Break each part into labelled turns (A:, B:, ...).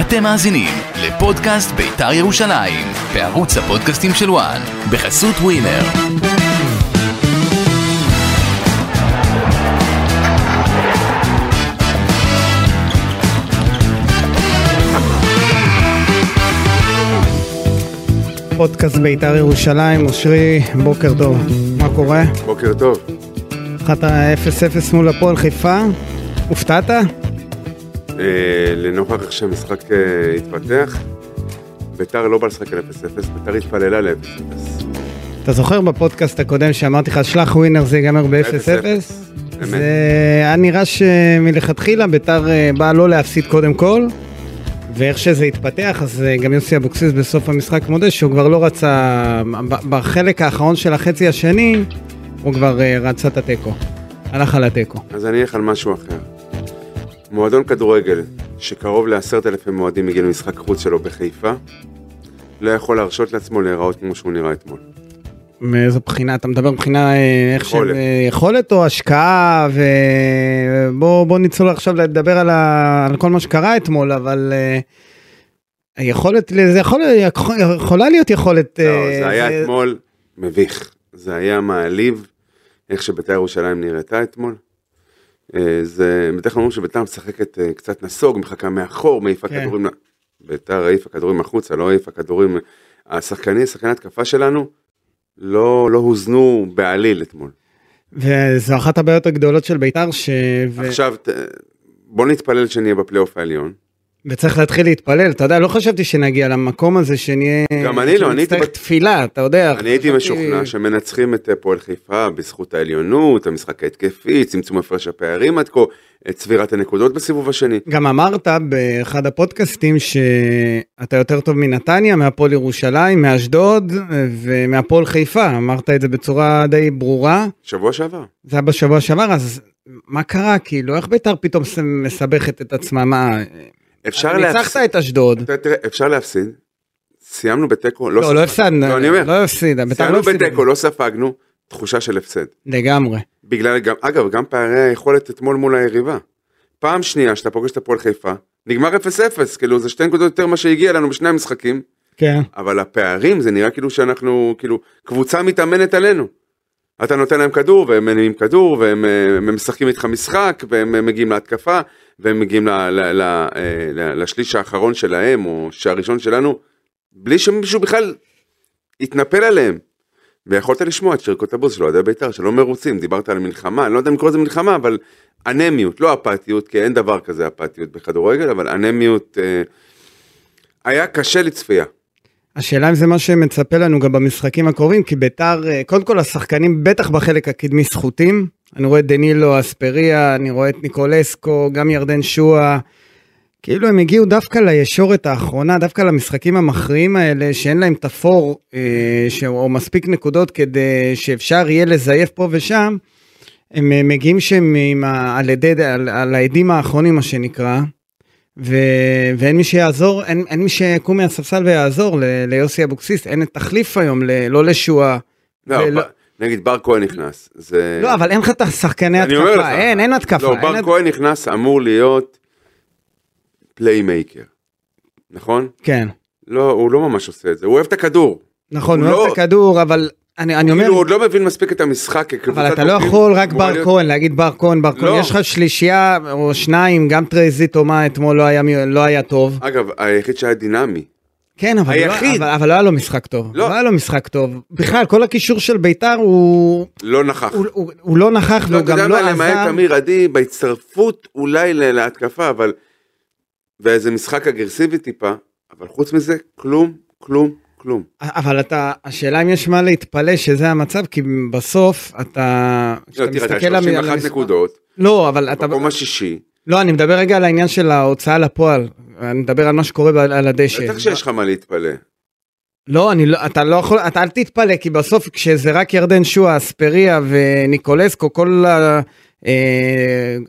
A: אתם מאזינים לפודקאסט בית"ר ירושלים, בערוץ הפודקאסטים של וואן, בחסות ווינר.
B: פודקאסט בית"ר ירושלים, אושרי, בוקר טוב, מה קורה?
C: בוקר טוב.
B: אחת ה-0-0 מול הפועל חיפה, הופתעת?
C: אה, לנוכח איך שהמשחק אה, התפתח, ביתר לא בא לשחק על 0-0, ביתר התפללה ל-0-0.
B: אתה זוכר בפודקאסט הקודם שאמרתי לך, שלח ווינר זה ייגמר ב-0-0?
C: אמת.
B: זה היה נראה שמלכתחילה ביתר אה, באה לא להפסיד קודם כל, ואיך שזה התפתח, אז אה, גם יוסי אבוקסיס בסוף המשחק מודה שהוא כבר לא רצה, ב- בחלק האחרון של החצי השני, הוא כבר אה, רצה את התיקו. הלך על התיקו.
C: אז אני אלך על משהו אחר. מועדון כדורגל, שקרוב לעשרת אלפים אוהדים הגיע למשחק חוץ שלו בחיפה, לא יכול להרשות לעצמו להיראות כמו שהוא נראה אתמול.
B: מאיזו בחינה? אתה מדבר מבחינה אה, איך של
C: יכולת.
B: אה, יכולת או השקעה ובוא בוא נצלול עכשיו לדבר על, ה... על כל מה שקרה אתמול אבל אה, היכולת ל- זה יכול... יכולה להיות יכולת
C: לא,
B: אה,
C: זה היה אתמול מביך. זה היה מעליב, איך שביתר ירושלים נראתה אתמול. אה, זה, בדרך כלל אומרים שביתר משחקת אה, קצת נסוג, מחכה מאחור, מעיפה
B: כן.
C: כדורים. ל- ביתר העיפה כדורים החוצה, לא העיפה כדורים. השחקנים, שחקני התקפה שלנו, לא, לא הוזנו בעליל אתמול.
B: וזו אחת הבעיות הגדולות של בית"ר ש... ו...
C: עכשיו, ת- בוא נתפלל שנהיה בפלייאוף העליון.
B: וצריך להתחיל להתפלל אתה יודע לא חשבתי שנגיע למקום הזה שנהיה
C: גם אני לא, אני הייתי
B: שנצטרך
C: בט-
B: תפילה אתה יודע
C: אני הייתי
B: חשבתי-
C: משוכנע שמנצחים את אה, הפועל חיפה בזכות העליונות, המשחק ההתקפי, צמצום הפרש הפערים עד כה, את צבירת הנקודות בסיבוב השני.
B: גם אמרת באחד הפודקאסטים שאתה יותר טוב מנתניה, מהפועל ירושלים, מאשדוד ומהפועל חיפה, אמרת את זה בצורה די ברורה,
C: שבוע שעבר.
B: זה היה בשבוע שעבר, אז מה קרה? כאילו, איך בית"ר פתאום ס- מסבכת את עצמה? מה,
C: אפשר
B: ניצחת
C: להפסיד,
B: את אשדוד.
C: אתה- תראה, אפשר להפסיד, סיימנו בתיקו,
B: לא, לא
C: ספגנו.
B: הפסדנו,
C: לא, אני אומר,
B: לא הפסידה, בית"ר לא
C: סיימנו
B: הפסידה.
C: בתיקו, לא ספגנו, תחושה של הפסד.
B: לגמרי.
C: בגלל, גם, אגב, גם פערי היכולת אתמול מול היריבה. פעם שנייה שאתה פוגש את הפועל חיפה, נגמר 0-0, כאילו זה שתי נקודות יותר מה שהגיע לנו בשני המשחקים,
B: כן.
C: אבל הפערים זה נראה כאילו שאנחנו כאילו קבוצה מתאמנת עלינו. אתה נותן להם כדור והם מניעים כדור והם אה, הם משחקים איתך משחק והם אה, מגיעים להתקפה והם מגיעים ל, ל, ל, אה, ל, לשליש האחרון שלהם או שהראשון שלנו בלי שמישהו בכלל יתנפל עליהם. ויכולת לשמוע את שירקות הבוס של אוהדי בית"ר שלא מרוצים דיברת על מלחמה אני לא יודע אם לקרוא לזה מלחמה אבל אנמיות לא אפתיות כי אין דבר כזה אפתיות בכדורגל אבל אנמיות אה, היה קשה לצפייה.
B: השאלה אם זה מה שמצפה לנו גם במשחקים הקרובים, כי ביתר, אה, קודם כל השחקנים בטח בחלק הקדמי סחוטים. אני רואה את דנילו אספריה, אני רואה את ניקולסקו, גם ירדן שואה. כאילו הם הגיעו דווקא לישורת האחרונה, דווקא למשחקים המכריעים האלה, שאין להם את הפור אה, ש... או מספיק נקודות כדי שאפשר יהיה לזייף פה ושם. הם אה, מגיעים שהם עם ה... על, ידי... על... על העדים האחרונים, מה שנקרא. ו... ואין מי שיעזור, אין, אין מי שיקום מהספסל ויעזור ל... ליוסי אבוקסיס, אין תחליף היום, ל... לא לשועה.
C: לא,
B: ולא-
C: ב- נגיד בר כהן נכנס, זה...
B: לא, אבל אין לך את השחקני
C: אני אומר לך.
B: התקפה, אין, אין התקפה.
C: לא,
B: אין
C: בר
B: הת-
C: כהן נכנס אמור להיות פליימייקר, נכון?
B: כן,
C: לא, הוא לא ממש עושה את זה, הוא אוהב את הכדור.
B: נכון,
C: הוא
B: הוא אוהב
C: לא-
B: את הכדור, אבל אני, אני אומר,
C: כאילו, הוא עוד לא מבין מספיק את המשחק כקבוצת
B: אבל אתה לא
C: עובדים,
B: יכול רק
C: אמורה
B: בר
C: להיות-
B: כהן, להגיד בר כהן, בר כהן,
C: לא.
B: יש לך שלישייה או שניים, גם טרייזי תומה אתמול לא היה, מי- לא היה טוב.
C: אגב, היחיד שהיה דינמי.
B: כן, אבל, לא,
C: היחיד.
B: אבל, אבל לא היה לו משחק טוב.
C: לא.
B: לא היה לו משחק טוב. בכלל, כל הקישור של ביתר הוא,
C: לא נכח.
B: הוא, הוא, הוא לא נכח
C: לא,
B: והוא
C: אתה יודע
B: גם לא עזר.
C: מה, למעט אמיר עדי, בהצטרפות אולי ל- להתקפה, אבל... ואיזה משחק אגרסיבי טיפה, אבל חוץ מזה, כלום, כלום, כלום.
B: אבל אתה, השאלה אם יש מה להתפלא שזה המצב, כי בסוף אתה,
C: לא,
B: כשאתה
C: תראה, אתה
B: מסתכל על- על
C: 31
B: המספר-
C: נקודות,
B: לא, אבל אתה,
C: מקום השישי,
B: לא, אני מדבר רגע על העניין של ההוצאה לפועל, אני מדבר על מה שקורה ב- על הדשא.
C: בטח שיש לך מה להתפלא.
B: לא, אני לא, אתה לא יכול, אתה אל תתפלא, כי בסוף כשזה רק ירדן שואה, אספריה וניקולסקו, כל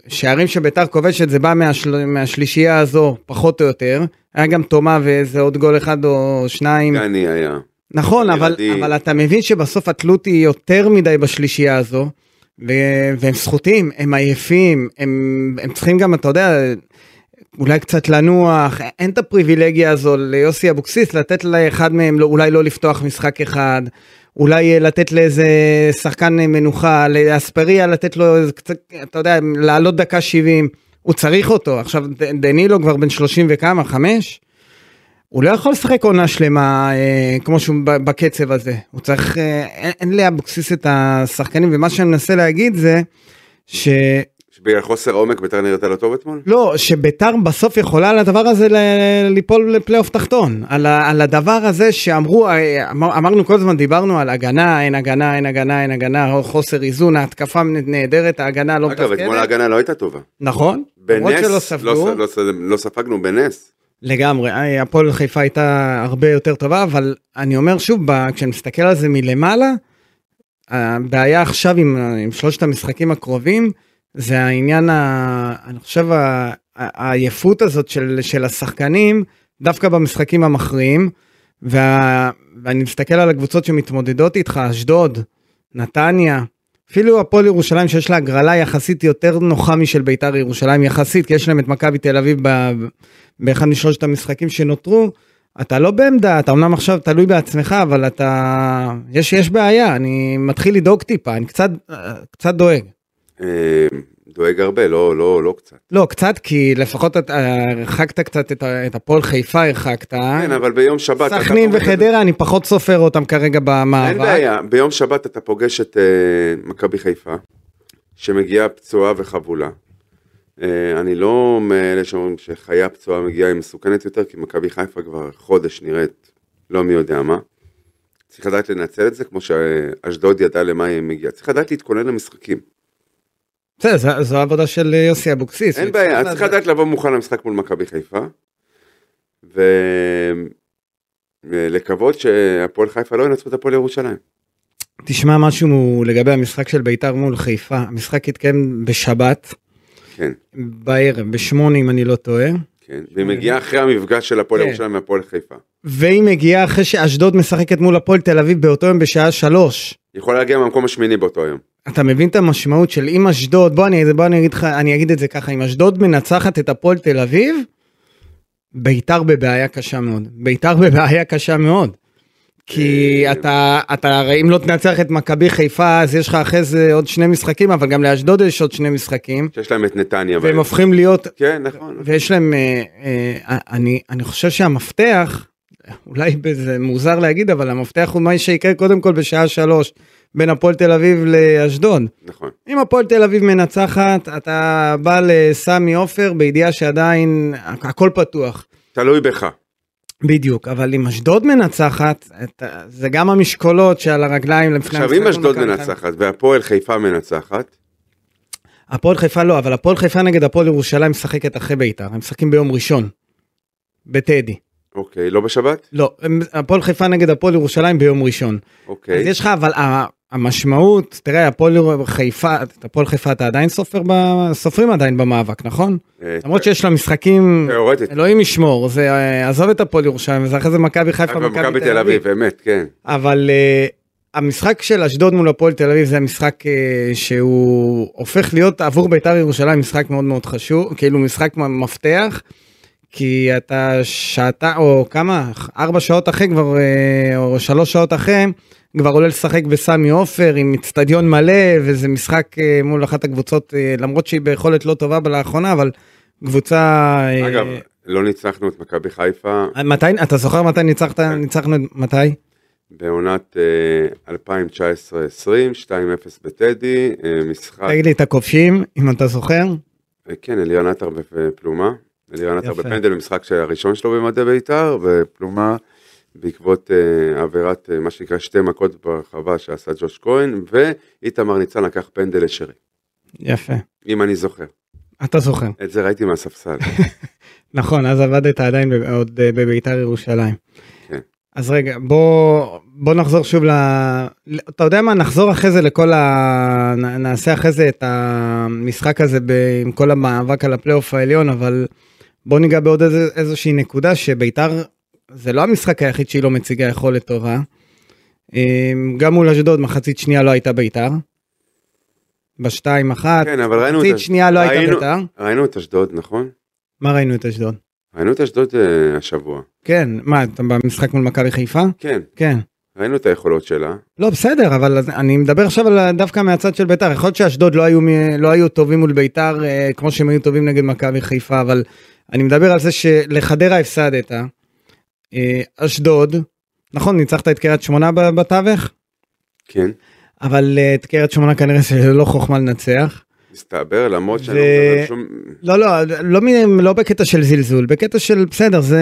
B: השערים שביתר כובשת זה בא מהשל, מהשלישייה הזו, פחות או יותר. היה גם תומה ואיזה עוד גול אחד או שניים.
C: דני היה.
B: נכון, אבל,
C: ילדים.
B: אבל אתה מבין שבסוף התלות היא יותר מדי בשלישייה הזו, ו- והם סחוטים, הם עייפים, הם, הם צריכים גם, אתה יודע, אולי קצת לנוח, אין את הפריבילגיה הזו ליוסי אבוקסיס לתת לאחד מהם לא- אולי לא לפתוח משחק אחד, אולי אה, לתת לאיזה שחקן אה, מנוחה, לאספריה לתת לו איזה קצת, אתה יודע, לעלות דקה 70, הוא צריך אותו. עכשיו ד- דנילו כבר בן 30 וכמה, חמש? הוא לא יכול לשחק עונה שלמה אה, כמו שהוא ב- בקצב הזה. הוא צריך, אה, אין, אין לאבוקסיס את השחקנים, ומה שאני מנסה להגיד זה, ש...
C: בגלל חוסר עומק ביתר נראית לא טוב אתמול?
B: לא, שביתר בסוף יכולה על הדבר הזה ל- ליפול לפלייאוף תחתון. על, ה- על הדבר הזה שאמרו, אה, אמר, אמרנו כל הזמן, דיברנו על הגנה, אין הגנה, אין הגנה, אין הגנה, או חוסר איזון, ההתקפה נהדרת, ההגנה לא
C: אגב, אתמול ההגנה לא הייתה טובה.
B: נכון, למרות
C: בנס,
B: שלא
C: לא
B: ספגו.
C: ס- לא ס- לא ספגנו בנס.
B: לגמרי, אה, הפועל חיפה הייתה הרבה יותר טובה, אבל אני אומר שוב, ב- כשאני מסתכל על זה מלמעלה, הבעיה עכשיו עם, עם שלושת המשחקים הקרובים, זה העניין, ה, אני חושב, ה- ה- העייפות הזאת של, של השחקנים, דווקא במשחקים המכריעים, וה, ואני מסתכל על הקבוצות שמתמודדות איתך, אשדוד, נתניה, אפילו הפועל ירושלים שיש לה הגרלה יחסית יותר נוחה משל בית"ר ירושלים יחסית, כי יש להם את מכבי תל אביב ב- באחד משלושת המשחקים שנותרו, אתה לא בעמדה, אתה אמנם עכשיו תלוי בעצמך, אבל אתה... יש, יש בעיה, אני מתחיל לדאוג טיפה, אני קצת, קצת דואג.
C: אה, דואג הרבה, לא- לא לא קצת.
B: לא, קצת, כי לפחות אתה הרחקת קצת את, ה- את הפועל חיפה, הרחקת.
C: כן, אבל ביום שבת... אתה
B: אה, סכנין
C: פוגש את-
B: וחדרה, אני פחות סופר אותם כרגע במאבק.
C: אין בעיה, ביום שבת אתה פוגש את אה, מכבי חיפה, שמגיעה פצועה וחבולה. אה, אני לא מאלה שאומרים שחיה פצועה מגיעה היא מסוכנת יותר, כי מכבי חיפה כבר חודש נראית לא מי יודע מה. צריך לדעת לנצל את זה, כמו שאשדוד ידעה למה היא מגיעה. צריך לדעת להתכונן למשחקים.
B: בסדר, זו, זו העבודה של יוסי אבוקסיס.
C: אין
B: הוא
C: בעיה,
B: יצטרך
C: אז צריך לדעת לבוא מוכן למשחק מול מכבי חיפה. ולקוות אה, שהפועל חיפה לא ינצחו את הפועל ירושלים.
B: תשמע משהו לגבי המשחק של בית"ר מול חיפה. המשחק התקיים בשבת,
C: כן,
B: בערב, בשמונה אם אני לא טועה.
C: כן. והיא מגיעה אחרי המפגש של הפועל
B: כן.
C: ירושלים והפועל חיפה.
B: והיא מגיעה אחרי שאשדוד משחקת מול הפועל תל אביב באותו יום בשעה שלוש.
C: היא יכולה להגיע מהמקום השמיני באותו היום.
B: אתה מבין את המשמעות של אם אשדוד, בוא אני, בוא אני אגיד לך, אני אגיד את זה ככה, אם אשדוד מנצחת את הפועל תל אביב, ביתר בבעיה קשה מאוד. ביתר בבעיה קשה מאוד. כי
C: אה,
B: אתה, אתה הרי אם לא תנצח את מכבי חיפה, אז יש לך אחרי זה עוד שני משחקים, אבל גם לאשדוד יש עוד שני משחקים,
C: שיש להם את נתניה.
B: והם
C: בהם.
B: הופכים להיות
C: כן, נכון.
B: ויש להם, אה, אה, אני, אני חושב שהמפתח, אולי זה מוזר להגיד, אבל המפתח הוא מה שיקרה קודם כל בשעה שלוש בין הפועל תל אביב לאשדוד.
C: נכון.
B: אם הפועל תל אביב מנצחת, אתה בא לסמי עופר בידיעה שעדיין הכ- הכל פתוח.
C: תלוי בך.
B: בדיוק, אבל אם אשדוד מנצחת, אתה, זה גם המשקולות שעל הרגליים לפני
C: עכשיו,
B: המשחק
C: אם אשדוד
B: במכבי חיפה.
C: מנצחת והפועל חיפה מנצחת,
B: הפועל חיפה לא, אבל הפועל חיפה נגד הפועל ירושלים משחקת אחרי בית"ר, הם משחקים ביום ראשון, בטדי.
C: אוקיי, לא בשבת?
B: לא, הם- הפועל חיפה נגד הפועל ירושלים ביום ראשון. אז
C: אוקיי.
B: יש לך, אבל ה- המשמעות, תראה, הפועל יר- חיפה, את הפועל חיפה אתה עדיין סופר, ב- סופרים עדיין במאבק, נכון?
C: אה,
B: למרות שיש לא לה משחקים,
C: תיאורטית.
B: אלוהים ישמור, זה אה, עזוב את הפועל ירושלים, זה אחרי זה מכבי
C: רק
B: חיפה,
C: במכבי תל אביב, אמת, כן.
B: אבל אה, המשחק של אשדוד מול הפועל תל אביב זה המשחק אה, שהוא הופך להיות עבור בית"ר ירושלים משחק מאוד מאוד חשוב, כאילו משחק מ- מפתח. כי אתה שעתה או כמה ארבע שעות אחרי כבר אה, או שלוש שעות אחרי כבר עולה לשחק בסמי עופר עם אצטדיון מלא וזה משחק אה, מול אחת הקבוצות אה, למרות שהיא ביכולת לא טובה לאחרונה אבל קבוצה אה,
C: אגב, לא ניצחנו את מכבי חיפה
B: מתי אתה זוכר מתי ניצחת ניצחנו מתי
C: בעונת אה, 2019-2020, 2-0 בטדי, אה, משחק,
B: תגיד לי את הכובשים אם אתה זוכר
C: אה, כן, אלירן עטר בפלומה, אלירן עטר
B: יפה.
C: בפנדל במשחק של- הראשון שלו במדי בית"ר, ופלומה בעקבות אה, עבירת אה, מה שנקרא שתי מכות ברחבה שעשה ג'וש כהן, ואיתמר ניצן לקח פנדל לשרי,
B: יפה.
C: אם אני זוכר,
B: אתה זוכר.
C: את זה ראיתי מהספסל,
B: נכון, אז עבדת עדיין ב- עוד אה, בביתר ירושלים.
C: כן.
B: אז רגע, בוא, בוא נחזור שוב ל... ל- אתה יודע מה, נחזור אחרי זה לכל ה... נ- נעשה אחרי זה את המשחק הזה ב... עם כל המאבק על הפלייאוף העליון, אבל בוא ניגע בעוד איזה, איזושהי נקודה שביתר, זה לא המשחק היחיד שהיא לא מציגה יכולת טובה. אה, גם מול אשדוד מחצית שנייה לא הייתה ביתר. בשתיים אחת,
C: כן, אבל ראינו את
B: מחצית
C: זה.
B: שנייה לא הייתה
C: ראינו-
B: ביתר.
C: ראינו את אשדוד, נכון?
B: מה ראינו את אשדוד?
C: ראינו את אשדוד אה, השבוע.
B: כן, מה, אתה במשחק מול מכבי חיפה?
C: כן,
B: כן.
C: ראינו את היכולות שלה.
B: לא, בסדר, אבל אז אני מדבר עכשיו על ה- דווקא מהצד של ביתר. יכול להיות שאשדוד לא היו, מ- לא היו טובים מול ביתר אה, כמו שהם היו טובים נגד מכבי חיפה, אבל אני מדבר על זה שלחדרה הפסדת. אה, אשדוד, נכון, ניצחת את קריית שמונה ב- בתווך,
C: כן.
B: אבל אה, את קריית שמונה כנראה שזה לא חוכמה לנצח.
C: מסתבר, למרות שאני
B: ו-
C: לא מדבר על שום...
B: לא, לא, לא, מ- לא בקטע של זלזול, בקטע של בסדר, זה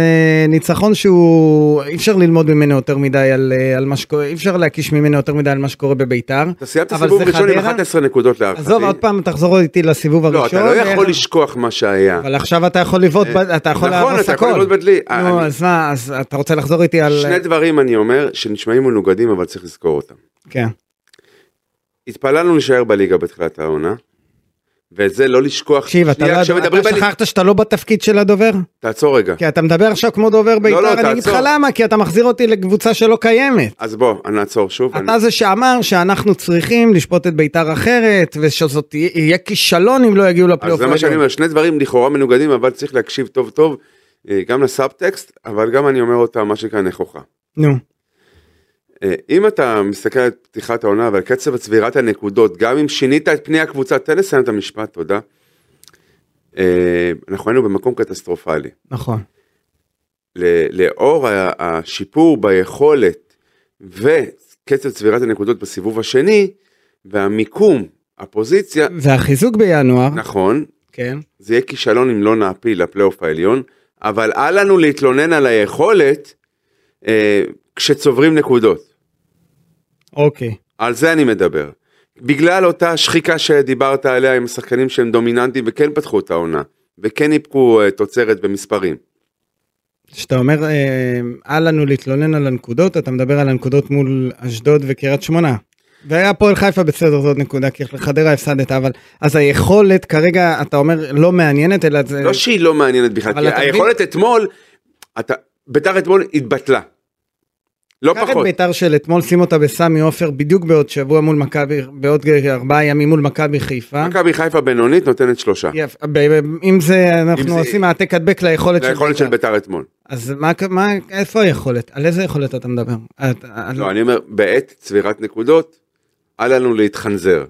B: ניצחון שהוא, אי אפשר ללמוד ממנו יותר מדי על, אה, על מה שקורה, אי אפשר להקיש ממנו יותר מדי על מה שקורה בביתר.
C: אתה סיימת
B: אבל זה
C: סיבוב ראשון עם
B: חדרה?
C: 11 נקודות להערכתי.
B: עזוב, עוד פעם, אה, תחזור איתי לסיבוב הראשון.
C: לא, אתה לא יכול
B: איך-
C: לשכוח מה שהיה.
B: אבל עכשיו אתה יכול לבעוט, ב- אתה יכול
C: נכון,
B: להרוס
C: אתה יכול
B: הכל.
C: לבעוט בדלי.
B: נו,
C: אני-
B: אז מה, אז אתה רוצה לחזור איתי על...
C: שני דברים אני אומר שנשמעים מנוגדים אבל צריך לזכור אותם.
B: כן,
C: התפללנו להישאר בליגה בתחילת העונה. ואת זה לא לשכוח.
B: תקשיב, אתה
C: שנייה,
B: לא-
C: עכשיו מדברים
B: אתה
C: בליגה-
B: שכחת כן. שאתה לא בתפקיד של הדובר?
C: תעצור רגע.
B: כי אתה מדבר עכשיו כמו דובר
C: לא,
B: בית"ר, אני אגיד לך
C: תעצור.
B: למה, כי אתה מחזיר אותי לקבוצה שלא קיימת.
C: אז בוא, אני נעצור שוב. אני-
B: אתה זה שאמר שאנחנו צריכים לשפוט את בית"ר אחרת, ושזאת תהיה- יהיה כישלון אם לא יגיעו
C: אז
B: לפלייאוף.
C: זה מה שאני
B: העליון.
C: אומר, שני דברים לכאורה מנוגדים אבל צריך להקשיב טוב טוב אה, גם לסאבטקסט אבל גם אני אומר אותם מה שנקרא נכוחה.
B: נו,
C: אה, אם אתה מסתכל על פתיחת העונה ועל קצב צבירת הנקודות, גם אם שינית את פני הקבוצה, תן לסיים את המשפט, תודה. אה, אנחנו היינו במקום קטסטרופלי.
B: נכון.
C: ל- לאור ה- השיפור ביכולת וקצב צבירת הנקודות בסיבוב השני, והמיקום, הפוזיציה,
B: והחיזוק בינואר,
C: נכון,
B: כן,
C: זה יהיה כישלון אם לא נעפיל לפלייאוף העליון, אבל אל לנו להתלונן על היכולת אה, כשצוברים נקודות.
B: אוקיי.
C: על זה אני מדבר. בגלל אותה שחיקה שדיברת עליה עם השחקנים שהם דומיננטיים וכן פתחו את העונה וכן איפקו אה, תוצרת במספרים.
B: כשאתה אומר אה, אל לנו להתלונן על הנקודות אתה מדבר על הנקודות מול אשדוד וקריית שמונה. והיה הפועל חיפה בסדר זאת נקודה כי לחדרה הפסדת אבל אז היכולת כרגע אתה אומר לא מעניינת אלא זה
C: לא שהיא לא מעניינת בכלל,
B: אבל
C: כי
B: אתה מבין-
C: היכולת אתמול, אתה- בית"ר אתמול התבטלה. לא
B: קח את
C: פחות.
B: ביתר של אתמול שים אותה בסמי עופר בדיוק בעוד שבוע מול מכבי בעוד ארבעה ימים מול מכבי חיפה.
C: מכבי חיפה בינונית נותנת שלושה.
B: יפ- ב- ב- אם זה
C: אם
B: אנחנו
C: זה-
B: עושים העתק הדבק ליכולת
C: זה היכולת של בית"ר אתמול.
B: אז מה מה איפה היכולת על איזה יכולת אתה מדבר. את- על-
C: לא, אני אומר, בעת צבירת נקודות, אל לנו להתחנזר.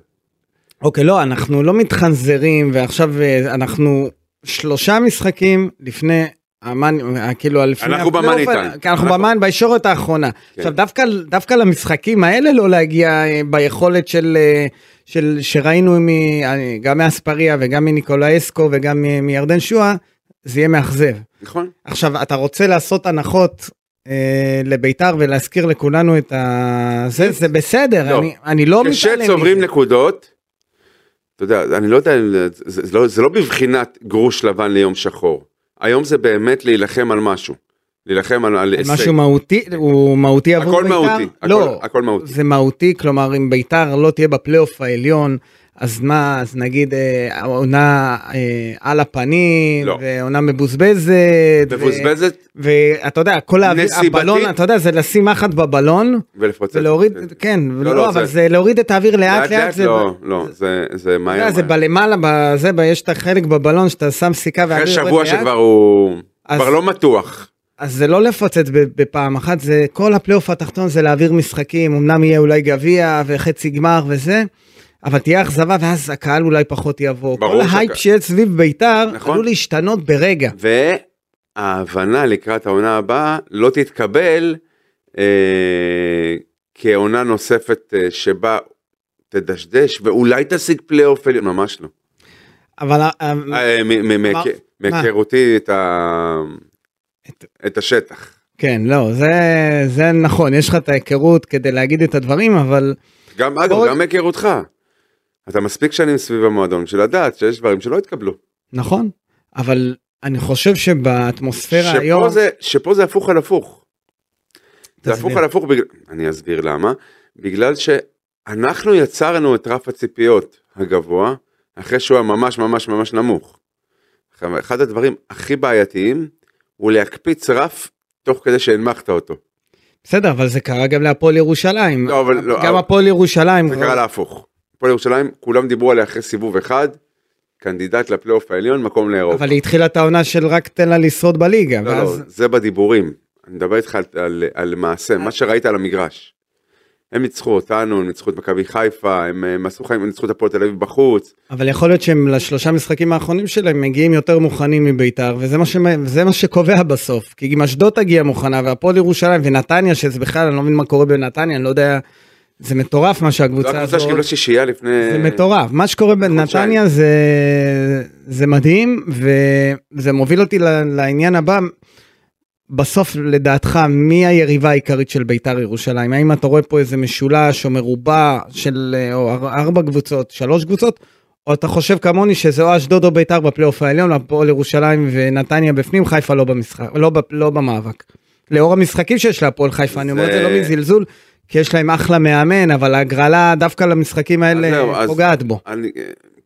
B: אוקיי, לא, אנחנו לא מתחנזרים, ועכשיו אה, אנחנו שלושה משחקים לפני... המן, אה, כאילו, לפני
C: אנחנו
B: הפלייאוף,
C: במאני
B: אה,
C: טיים.
B: כי אנחנו
C: אנחנו- כן.
B: במן, בישורת האחרונה. עכשיו, דווקא, דווקא למשחקים האלה לא להגיע אה, ביכולת של, אה, של שראינו מ, אה, גם מאספריה וגם מניקולאסקו וגם מ- מירדן שואה, זה יהיה מאכזב.
C: נכון?
B: עכשיו, אתה רוצה לעשות הנחות אה, לביתר ולהזכיר לכולנו את ה... זה, זה בסדר,
C: לא.
B: אני, אני לא מתעלם מזה.
C: כשצוברים נקודות, אתה יודע, אני לא יודע, זה, זה, לא, זה לא בבחינת גרוש לבן ליום שחור. היום זה באמת להילחם על משהו. להילחם על, על הישג.
B: משהו מהותי, הוא מהותי עבור
C: הכל
B: בית"ר?
C: מהותי, הכל,
B: לא,
C: הכל מהותי.
B: זה מהותי, כלומר אם בית"ר לא תהיה בפלייאוף העליון, אז מה, אז נגיד אה, העונה אה, על הפנים,
C: לא.
B: ועונה מבוזבזת,
C: מבוזבזת
B: ו- ואתה יודע, כל האוויר,
C: נסיבתית.
B: הבלון, אתה יודע, זה לשים מחט בבלון,
C: ולפוצץ.
B: ולהוריד, כן,
C: לא,
B: לא,
C: לא,
B: אבל
C: זה-
B: זה להוריד את האוויר לאט
C: לאט
B: לאט,
C: לאט
B: זה-
C: לא, לא, זה, זה
B: אתה
C: מהר.
B: יודע, זה
C: מהר.
B: בלמעלה, בזה, ב- יש את החלק בבלון שאתה שם סיכה
C: אחרי
B: והאוויר יורד
C: שבוע
B: לאט.
C: שכבר הוא,
B: אז-
C: כבר לא מתוח.
B: אז זה לא לפוצץ ב- בפעם אחת, זה כל הפלייאוף התחתון זה להעביר משחקים, אמנם יהיה אולי גביע וחצי גמר וזה, אבל תהיה אכזבה ואז הקהל אולי פחות יבוא.
C: ברור
B: כל
C: שהקהל-
B: ההייפ שיש סביב ביתר,
C: נכון.
B: עלול להשתנות ברגע.
C: וההבנה לקראת העונה הבאה לא תתקבל אה, כעונה נוספת אה, שבה תדשדש ואולי תשיג פלייאוף עליון, ממש לא.
B: אבל ה- ה-
C: אה, מ- מ-
B: מה?
C: מהיכ- מהיכרותי את ה-
B: את-
C: את השטח.
B: כן, לא, זה, זה נכון, יש לך את ההיכרות כדי להגיד את הדברים, אבל
C: גם אגב,
B: בוא-
C: גם מהיכרותך. אתה מספיק שנים סביב המועדון בשביל לדעת שיש דברים שלא התקבלו.
B: נכון, אבל אני חושב שבאטמוספירה
C: שפה
B: היום,
C: זה- שפה זה הפוך על הפוך. זה
B: תסביר.
C: הפוך על הפוך, בגלל- אני אסביר למה, בגלל שאנחנו יצרנו את רף הציפיות הגבוה, אחרי שהוא היה ממש ממש ממש נמוך. עכשיו, אחד הדברים הכי בעייתיים הוא להקפיץ רף תוך כדי שהנמכת אותו.
B: בסדר, אבל זה קרה גם להפועל ירושלים.
C: לא, אבל לא,
B: גם לא.
C: אבל-
B: הפועל ירושלים,
C: זה
B: כבר-
C: קרה להפוך. הפועל ירושלים, כולם דיברו עליה אחרי סיבוב אחד, קנדידט לפלייאוף העליון, מקום לאירופה.
B: אבל היא התחילה את העונה של רק תן לה לשרוד בליגה,
C: לא, לא,
B: ואז...
C: זה בדיבורים. אני מדבר איתך על, על, על מעשה,
B: אה.
C: מה שראית על המגרש. הם ניצחו אותנו, הם ניצחו את מכבי חיפה, הם, הם עשו חיים, הם ניצחו את הפועל תל אביב בחוץ.
B: אבל יכול להיות שהם לשלושה משחקים האחרונים שלהם מגיעים יותר מוכנים מביתר, וזה מה, ש... וזה מה שקובע בסוף. כי אם אשדוד תגיע מוכנה, והפועל ירושלים ונתניה, שזה בכלל, אני לא מבין מה קורה בנתניה, אני לא יודע... זה מטורף מה
C: זו
B: שהקבוצה
C: הקבוצה
B: הזאת...
C: שקיבלה שישייה לפני...
B: זה מטורף, מה שקורה בנתניה זה, זה מדהים וזה מוביל אותי ל- לעניין הבא. בסוף לדעתך מי היריבה העיקרית של ביתר ירושלים? האם אתה רואה פה איזה משולש או מרובע של אה, או אר- ארבע קבוצות, שלוש קבוצות, או אתה חושב כמוני שזה או אשדוד או ביתר בפלייאוף העליון, הפועל ירושלים ונתניה בפנים, חיפה לא במשחק, לא, בפ- לא במאבק. לאור המשחקים שיש להפועל חיפה, אני אומר את זה
C: זה-
B: לא מזלזול, כי יש להם אחלה מאמן, אבל ההגרלה דווקא למשחקים
C: אז זהו,
B: האלה
C: אז-
B: פוגעת בו.
C: אני,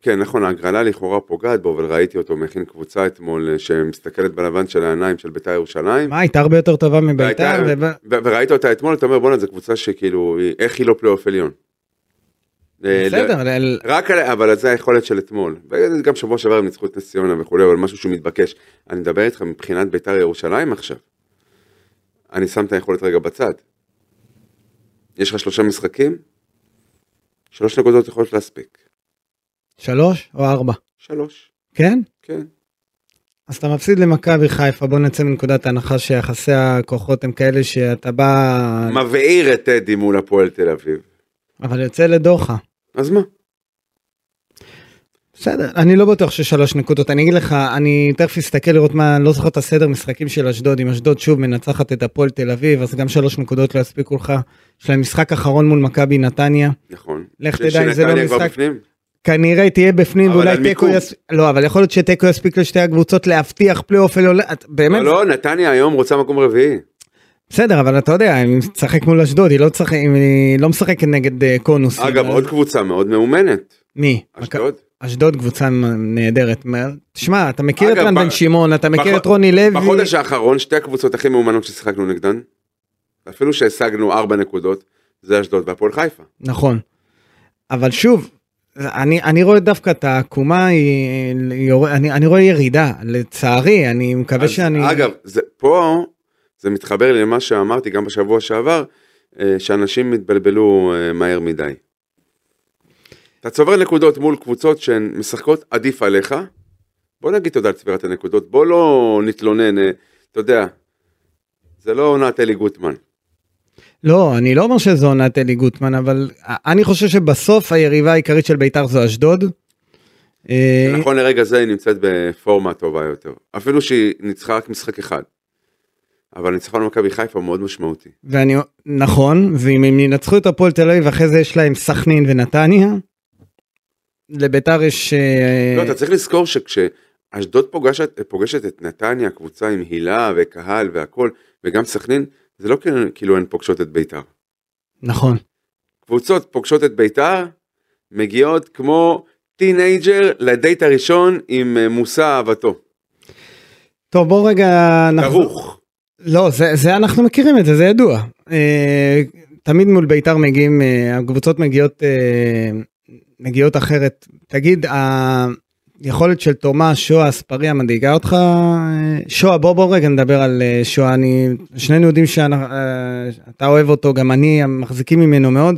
C: כן, נכון, ההגרלה לכאורה פוגעת בו, אבל ראיתי אותו מכין קבוצה אתמול אה, שמסתכלת בלבן של העיניים של בית"ר ירושלים.
B: מה, הייתה הרבה יותר טובה מביתר?
C: והייתה-
B: וב-
C: ו- וראית אותה אתמול, אתה אומר, בואנה, זו קבוצה שכאילו, היא- איך היא לא פלייאוף עליון? אה,
B: בסדר,
C: לא-
B: אל-
C: רק על, אבל זה היכולת של אתמול. וגם שבוע שעבר הם ניצחו את נס ציונה וכולי, אבל משהו שהוא מתבקש. אני מדבר איתך מבחינת בית"ר ירושלים עכשיו. אני שם את היכולת רגע בצד. יש לך שלושה משחקים, שלוש נקודות יכולות להספיק.
B: שלוש או ארבע?
C: שלוש,
B: כן?
C: כן.
B: אז אתה מפסיד למכבי חיפה, בוא נצא מנקודת ההנחה שיחסי הכוחות הם כאלה שאתה בא,
C: מבעיר את טדי מול הפועל תל אביב.
B: אבל יוצא לדוחה.
C: אז מה?
B: בסדר, אני לא בטוח ששלוש נקודות, אני אגיד לך, אני תכף אסתכל לראות מה, לא זוכר את הסדר משחקים של אשדוד, אם אשדוד שוב מנצחת את הפועל תל אביב, אז גם שלוש נקודות לא יספיקו לך. יש להם משחק אחרון מול מכבי נתניה,
C: נכון.
B: לך
C: של-
B: תדע אם זה לא
C: שנתניה כבר
B: משחק.
C: בפנים?
B: כנראה תהיה בפנים
C: אבל
B: ואולי
C: על
B: תיקו
C: מיקום.
B: יס... לא, אבל יכול להיות שתיקו יספיק לשתי הקבוצות להבטיח פלייאוף עליון, את- באמת,
C: לא, לא, נתניה היום רוצה מקום רביעי.
B: בסדר, אבל אתה יודע, אם היא תשחק מול אשדוד, היא לא תשחק, אם היא לא משחקת נגד אה, קונוסים.
C: אגב,
B: אז-
C: עוד קבוצה מאוד מאומנת,
B: מי?
C: אשדוד.
B: אשדוד קבוצה נהדרת. מה- תשמע, אתה מכיר את
C: אגב,
B: רן
C: ב-
B: בן שמעון, אתה מכיר
C: בחוד-
B: את רוני לוי.
C: בחודש האחרון שתי הקבוצות הכי מאומנות ששיחקנו נגדן, אפילו שהשגנו ארבע נקודות, זה אשדוד והפועל חיפה.
B: נכון. אבל שוב, אני, אני רואה דווקא את העקומה, היא- היא- אני, אני רואה ירידה, לצערי, אני מקווה
C: אז,
B: שאני...
C: אגב, זה, פה זה מתחבר לי למה שאמרתי גם בשבוע שעבר, אה, שאנשים התבלבלו אה, מהר מדי. אתה צובר נקודות מול קבוצות שהן משחקות עדיף עליך, בוא נגיד תודה על צבירת הנקודות, בוא לא נתלונן, אה, אתה יודע, זה לא עונת אלי גוטמן.
B: לא, אני לא אומר שזו עונת אלי גוטמן, אבל אני חושב שבסוף היריבה העיקרית של בית"ר זו אשדוד. אה,
C: נכון לרגע זה היא נמצאת בפורמה טובה יותר. אפילו שהיא ניצחה רק משחק אחד. אבל ניצחון מכבי חיפה הוא מאוד משמעותי.
B: ואני, נכון, ואם הם ינצחו את הפועל תל אביב, אחרי זה יש להם סכנין ונתניה. לביתר יש... אה,
C: לא, אתה צריך לזכור שכשאשדוד פוגשת, פוגשת את נתניה, קבוצה עם הילה וקהל והכל, וגם סכנין, זה לא כאילו- כאילו הן פוגשות את ביתר.
B: נכון.
C: קבוצות פוגשות את ביתר, מגיעות כמו טינג'ר לדייט הראשון עם אה, מושא אהבתו.
B: טוב, בואו רגע... נחזור-
C: דרוך.
B: לא, זה, זה אנחנו מכירים את זה, זה ידוע. אה, תמיד מול ביתר מגיעים, אה, הקבוצות מגיעות, אה, מגיעות אחרת. תגיד, היכולת של תומה, שואה, אספריה מדאיגה אותך? אה, שואה, בוא בוא רגע נדבר על אה, שואה, אני, שנינו יודעים שאתה אוהב אותו, גם אני, מחזיקים ממנו מאוד.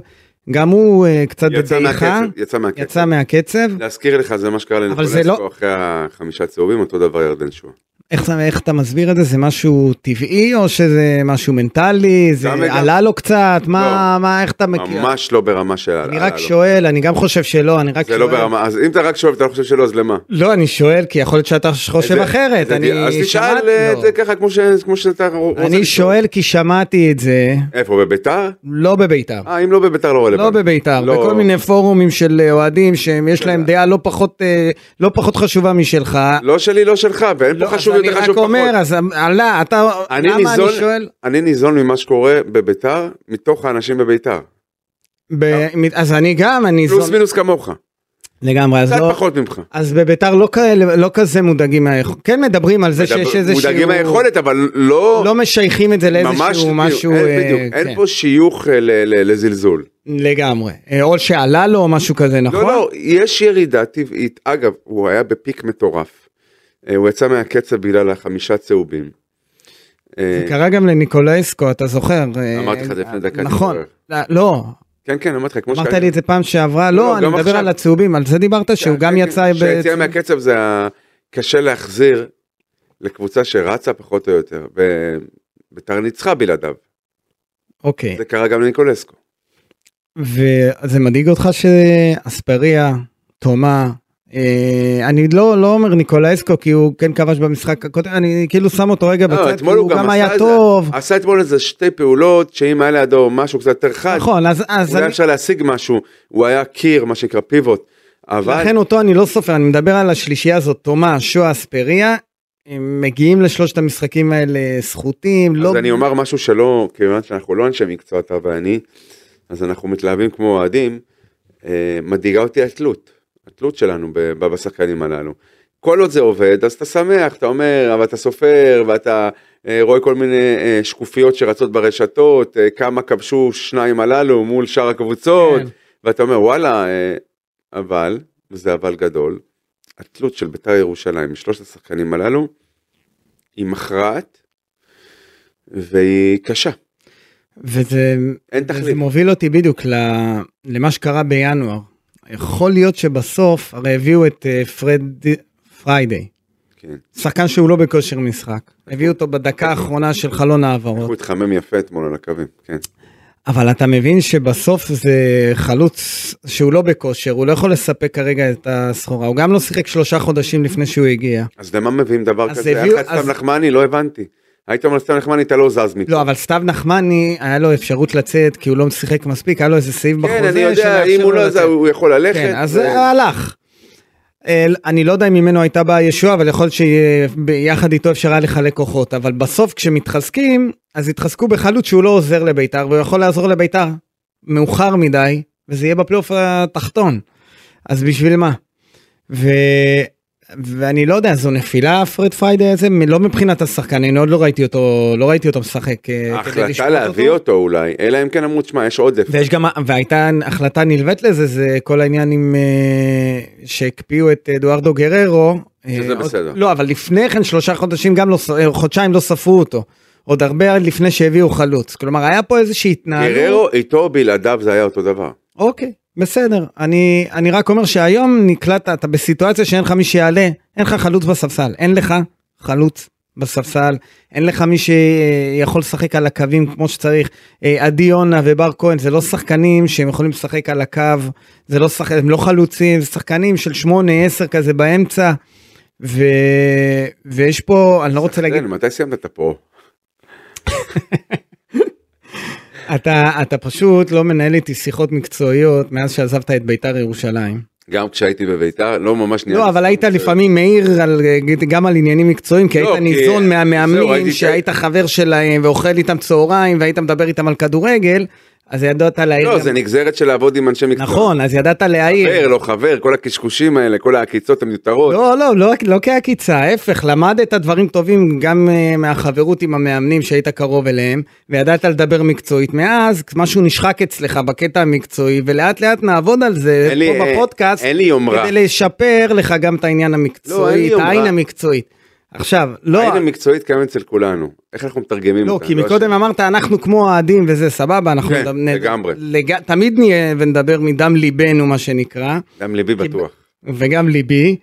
B: גם הוא אה, קצת
C: יצא
B: בדעיכה,
C: מהקצב, יצא מהקצב.
B: יצא מהקצב.
C: להזכיר לך זה מה שקרה
B: זה לא-
C: לניקולסקו אחרי החמישה צהובים, אותו דבר ירדן שואה.
B: איך, זה- איך אתה מסביר את זה? זה משהו טבעי או שזה משהו מנטלי? זה
C: גם וגם. לא.
B: עלה לו קצת? מה, מה, איך אתה מכיר?
C: ממש לא ברמה של...
B: אני רק שואל, אני גם חושב שלא, אני רק
C: זה
B: שואל.
C: לא ברמה, אז אם אתה רק שואל ואתה לא חושב שלא, אז למה?
B: לא, אני שואל כי יכול להיות שאתה חושב
C: זה-
B: אחרת.
C: זה-
B: אני
C: אז
B: שמעתי-
C: תשאל אה,
B: לא.
C: את זה ככה כמו ש- כמו שאתה רוצה. לשאול.
B: אני שואל כי שמעתי את זה
C: איפה, בביתר?
B: לא בביתר.
C: אה, אם לא בביתר לא
B: לא
C: רלוונטי.
B: בביתר,
C: לא.
B: בכל מיני פורומים של אה, אוהדים שיש להם
C: בסדר.
B: דעה לא פחות, אה, לא פחות חשובה משלך.
C: לא שלי, לא שלך, ואין פה
B: לא, אז
C: חשוב יותר,
B: אני רק
C: חשוב פחות.
B: אומר, אז אה, עלה, אתה,
C: אני
B: למה אני
C: ניזון-
B: שואל?
C: אני ניזון ממה שקורה בביתר, מתוך האנשים בביתר.
B: ב- אז אני גם, אני
C: פלוס
B: ניזון.
C: מינוס כמוך.
B: לגמרי, אז
C: קצת
B: לא...
C: פחות ממך.
B: אז בביתר לא, כאלה, לא כזה מודאגים מהיכולת, כן מדברים על זה שיש איזשהו...
C: מודאגים מהיכולת, אבל לא...
B: לא משייכים את זה לאיזשהו
C: בדיוק,
B: משהו...
C: אין,
B: אה,
C: בדיוק,
B: כן.
C: אין פה שיוך אה, ל- ל- לזלזול.
B: לגמרי. אה, או שעלה לו או משהו כזה, נכון?
C: לא, לא, יש ירידה טבעית. אגב, הוא היה בפיק מטורף. אה, הוא יצא מהקצב בגלל החמישה צהובים. אה,
B: זה קרה גם לניקולסקו, אתה זוכר? אה,
C: אמרתי לך לפני דקה,
B: נכון.
C: אני
B: לא,
C: כן, כן, אמרתי לך, כמו
B: אמרת
C: שה-
B: לי את זה פעם שעברה,
C: לא,
B: לא, אני
C: גם
B: מדבר
C: עכשיו.
B: על הצהובים, על זה דיברת, שהוא גם
C: כן,
B: יצא...
C: כן, שהיציאה
B: בצהוב.
C: מהקצב זה ה- קשה להחזיר לקבוצה שרצה פחות או יותר, וביתר ניצחה בלעדיו.
B: אוקיי,
C: זה קרה גם לניקולסקו.
B: וזה מדאיג אותך שאספריה, תומה, אה, אני לא לא אומר ניקולסקו כי הוא כן כבש במשחק הקודם, אני כאילו שם אותו רגע
C: לא,
B: בצד, כי
C: אתמול הוא
B: הוא
C: גם
B: גם
C: עשה
B: היה
C: את זה.
B: טוב.
C: עשה אתמול איזה שתי פעולות, שאם היה לידו משהו קצת יותר חד,
B: נכון, אז- אז
C: אולי
B: אני-
C: אפשר להשיג משהו, הוא היה קיר, מה שנקרא פיבוט, אבל
B: לכן אותו אני לא סופר, אני מדבר על השלישייה הזאת, תומה, שואה, אספריה, הם מגיעים לשלושת המשחקים האלה סחוטים, לא...
C: אז אני אומר משהו שלא, כיוון שאנחנו לא אנשי מקצוע, אתה ואני, אז אנחנו מתלהבים כמו אוהדים, אה, מדאיגה אותי התלות, התלות שלנו ב- ב- בשחקנים הללו. כל עוד זה עובד, אז אתה שמח, אתה אומר, אבל אתה סופר, ואתה אה, רואה כל מיני אה, שקופיות שרצות ברשתות, אה, כמה כבשו שניים הללו מול שאר הקבוצות,
B: כן.
C: כן. ואתה אומר, וואלה, אה, אבל, וזה אבל גדול, התלות של בית"ר ירושלים משלושת השחקנים הללו, היא מכרעת, והיא קשה,
B: וזה
C: אין
B: זה
C: תחליף.
B: מוביל אותי בדיוק ל- למה שקרה בינואר. יכול להיות שבסוף הרי הביאו את אה, פרד פריידי,
C: כן.
B: שחקן שהוא לא בכושר משחק. הביאו אותו בדקה האחרונה של חלון ההעברות.
C: הוא התחמם יפה אתמול על הקווים, כן.
B: אבל אתה מבין שבסוף זה חלוץ שהוא לא בכושר, הוא לא יכול לספק כרגע את הסחורה. הוא גם לא שיחק שלושה חודשים לפני שהוא הגיע.
C: אז למה מביאים דבר
B: אז
C: כזה? היה
B: הביאו-
C: לך את סתם
B: אז-
C: נחמני? לא הבנתי. היית אומר סתם נחמני, אתה לא זז מפה.
B: לא, אבל סתיו נחמני, היה לו אפשרות לצאת כי הוא לא משחק מספיק, היה לו איזה סעיף בחוזה.
C: כן, אני יודע,
B: שמאפשר
C: אם הוא
B: לו
C: לא
B: לצאת.
C: זז, הוא יכול ללכת.
B: כן, אז
C: ו-
B: זה הלך. אה, אני לא יודע אם ממנו הייתה באה ישועה, אבל יכול שיחד איתו אפשר היה לחלק כוחות. אבל בסוף כשמתחזקים, אז התחזקו בחלוץ שהוא לא עוזר לביתר, והוא יכול לעזור לביתר מאוחר מדי, וזה יהיה בפלייאוף התחתון. אז בשביל מה? ו... ואני לא יודע, זו נפילה פרד פריידי הזה, מ- לא מבחינת השחקן, אני עוד לא ראיתי אותו, לא ראיתי אותו משחק. אה, כדי לשפוט
C: ההחלטה להביא אותו אולי, אלא אם כן אמרו, תשמע, יש עודף.
B: ויש גם, והייתה החלטה נלווית לזה, זה כל העניין עם, אה, שהקפיאו את אדוארדו גררו. אה,
C: שזה
B: עוד-
C: בסדר.
B: לא, אבל לפני כן שלושה חודשים, גם לא, ס- אה, חודשיים לא ספרו אותו. עוד הרבה לפני שהביאו חלוץ. כלומר, היה פה איזושהי התנהלות.
C: גררו, איתו או בלעדיו זה היה אותו דבר.
B: אוקיי, בסדר. אני, אני רק אומר שהיום נקלעת, אתה בסיטואציה שאין לך מי שיעלה, אין לך חלוץ בספסל. אין לך חלוץ בספסל, אין לך מי שיכול לשחק על הקווים כמו שצריך. אה, עדי יונה ובר כהן זה לא שחקנים שהם יכולים לשחק על הקו, זה לא שחק, הם לא חלוצים, זה שחקנים של 8-10 כזה באמצע. ו... ויש פה, אני לא רוצה להגיד,
C: כן, מתי סיימת את הפרו?
B: אתה, אתה פשוט לא מנהל איתי שיחות מקצועיות מאז שעזבת את בית"ר ירושלים.
C: גם כשהייתי בביתר, לא ממש נהיה...
B: לא,
C: לי
B: אבל
C: סיכום
B: היית
C: של-
B: לפעמים מעיר על, גם על עניינים מקצועיים, כי
C: לא,
B: היית
C: כי-
B: ניזון
C: זהו,
B: מהמאמנים,
C: הייתי-
B: שהיית חבר שלהם ואוכל איתם צהריים והיית מדבר איתם על כדורגל, אז ידעת להעיר.
C: לא,
B: גם-
C: זה נגזרת של לעבוד עם אנשי מקצוע.
B: נכון, אז ידעת
C: חבר,
B: להעיר.
C: לא חבר, כל הקשקושים האלה, כל העקיצות המיותרות.
B: לא, לא, לא, לא כעקיצה, ההפך, למדת דברים טובים גם uh, מהחברות עם המאמנים שהיית קרוב אליהם, וידעת לדבר מקצועית. מאז משהו נשחק אצלך בקטע המקצועי, ולאט לאט נעבוד על זה
C: אין לי-
B: פה
C: אה,
B: בפודקאסט,
C: אין לי יומרה. לא,
B: כדי לשפר לך גם את העניין המקצועי, את
C: יומרה.
B: העין המקצועית. עכשיו, לא...
C: העין המקצועית קיימת אצל כולנו. איך אנחנו מתרגמים
B: לא,
C: אותה?
B: כי מקודם
C: השאלה.
B: אמרת אנחנו כמו אוהדים וזה סבבה, אנחנו נד-
C: כן,
B: נד-
C: לגמרי.
B: לג- תמיד נהיה ונדבר מדם ליבנו מה שנקרא,
C: גם ליבי בטוח.
B: וגם ליבי,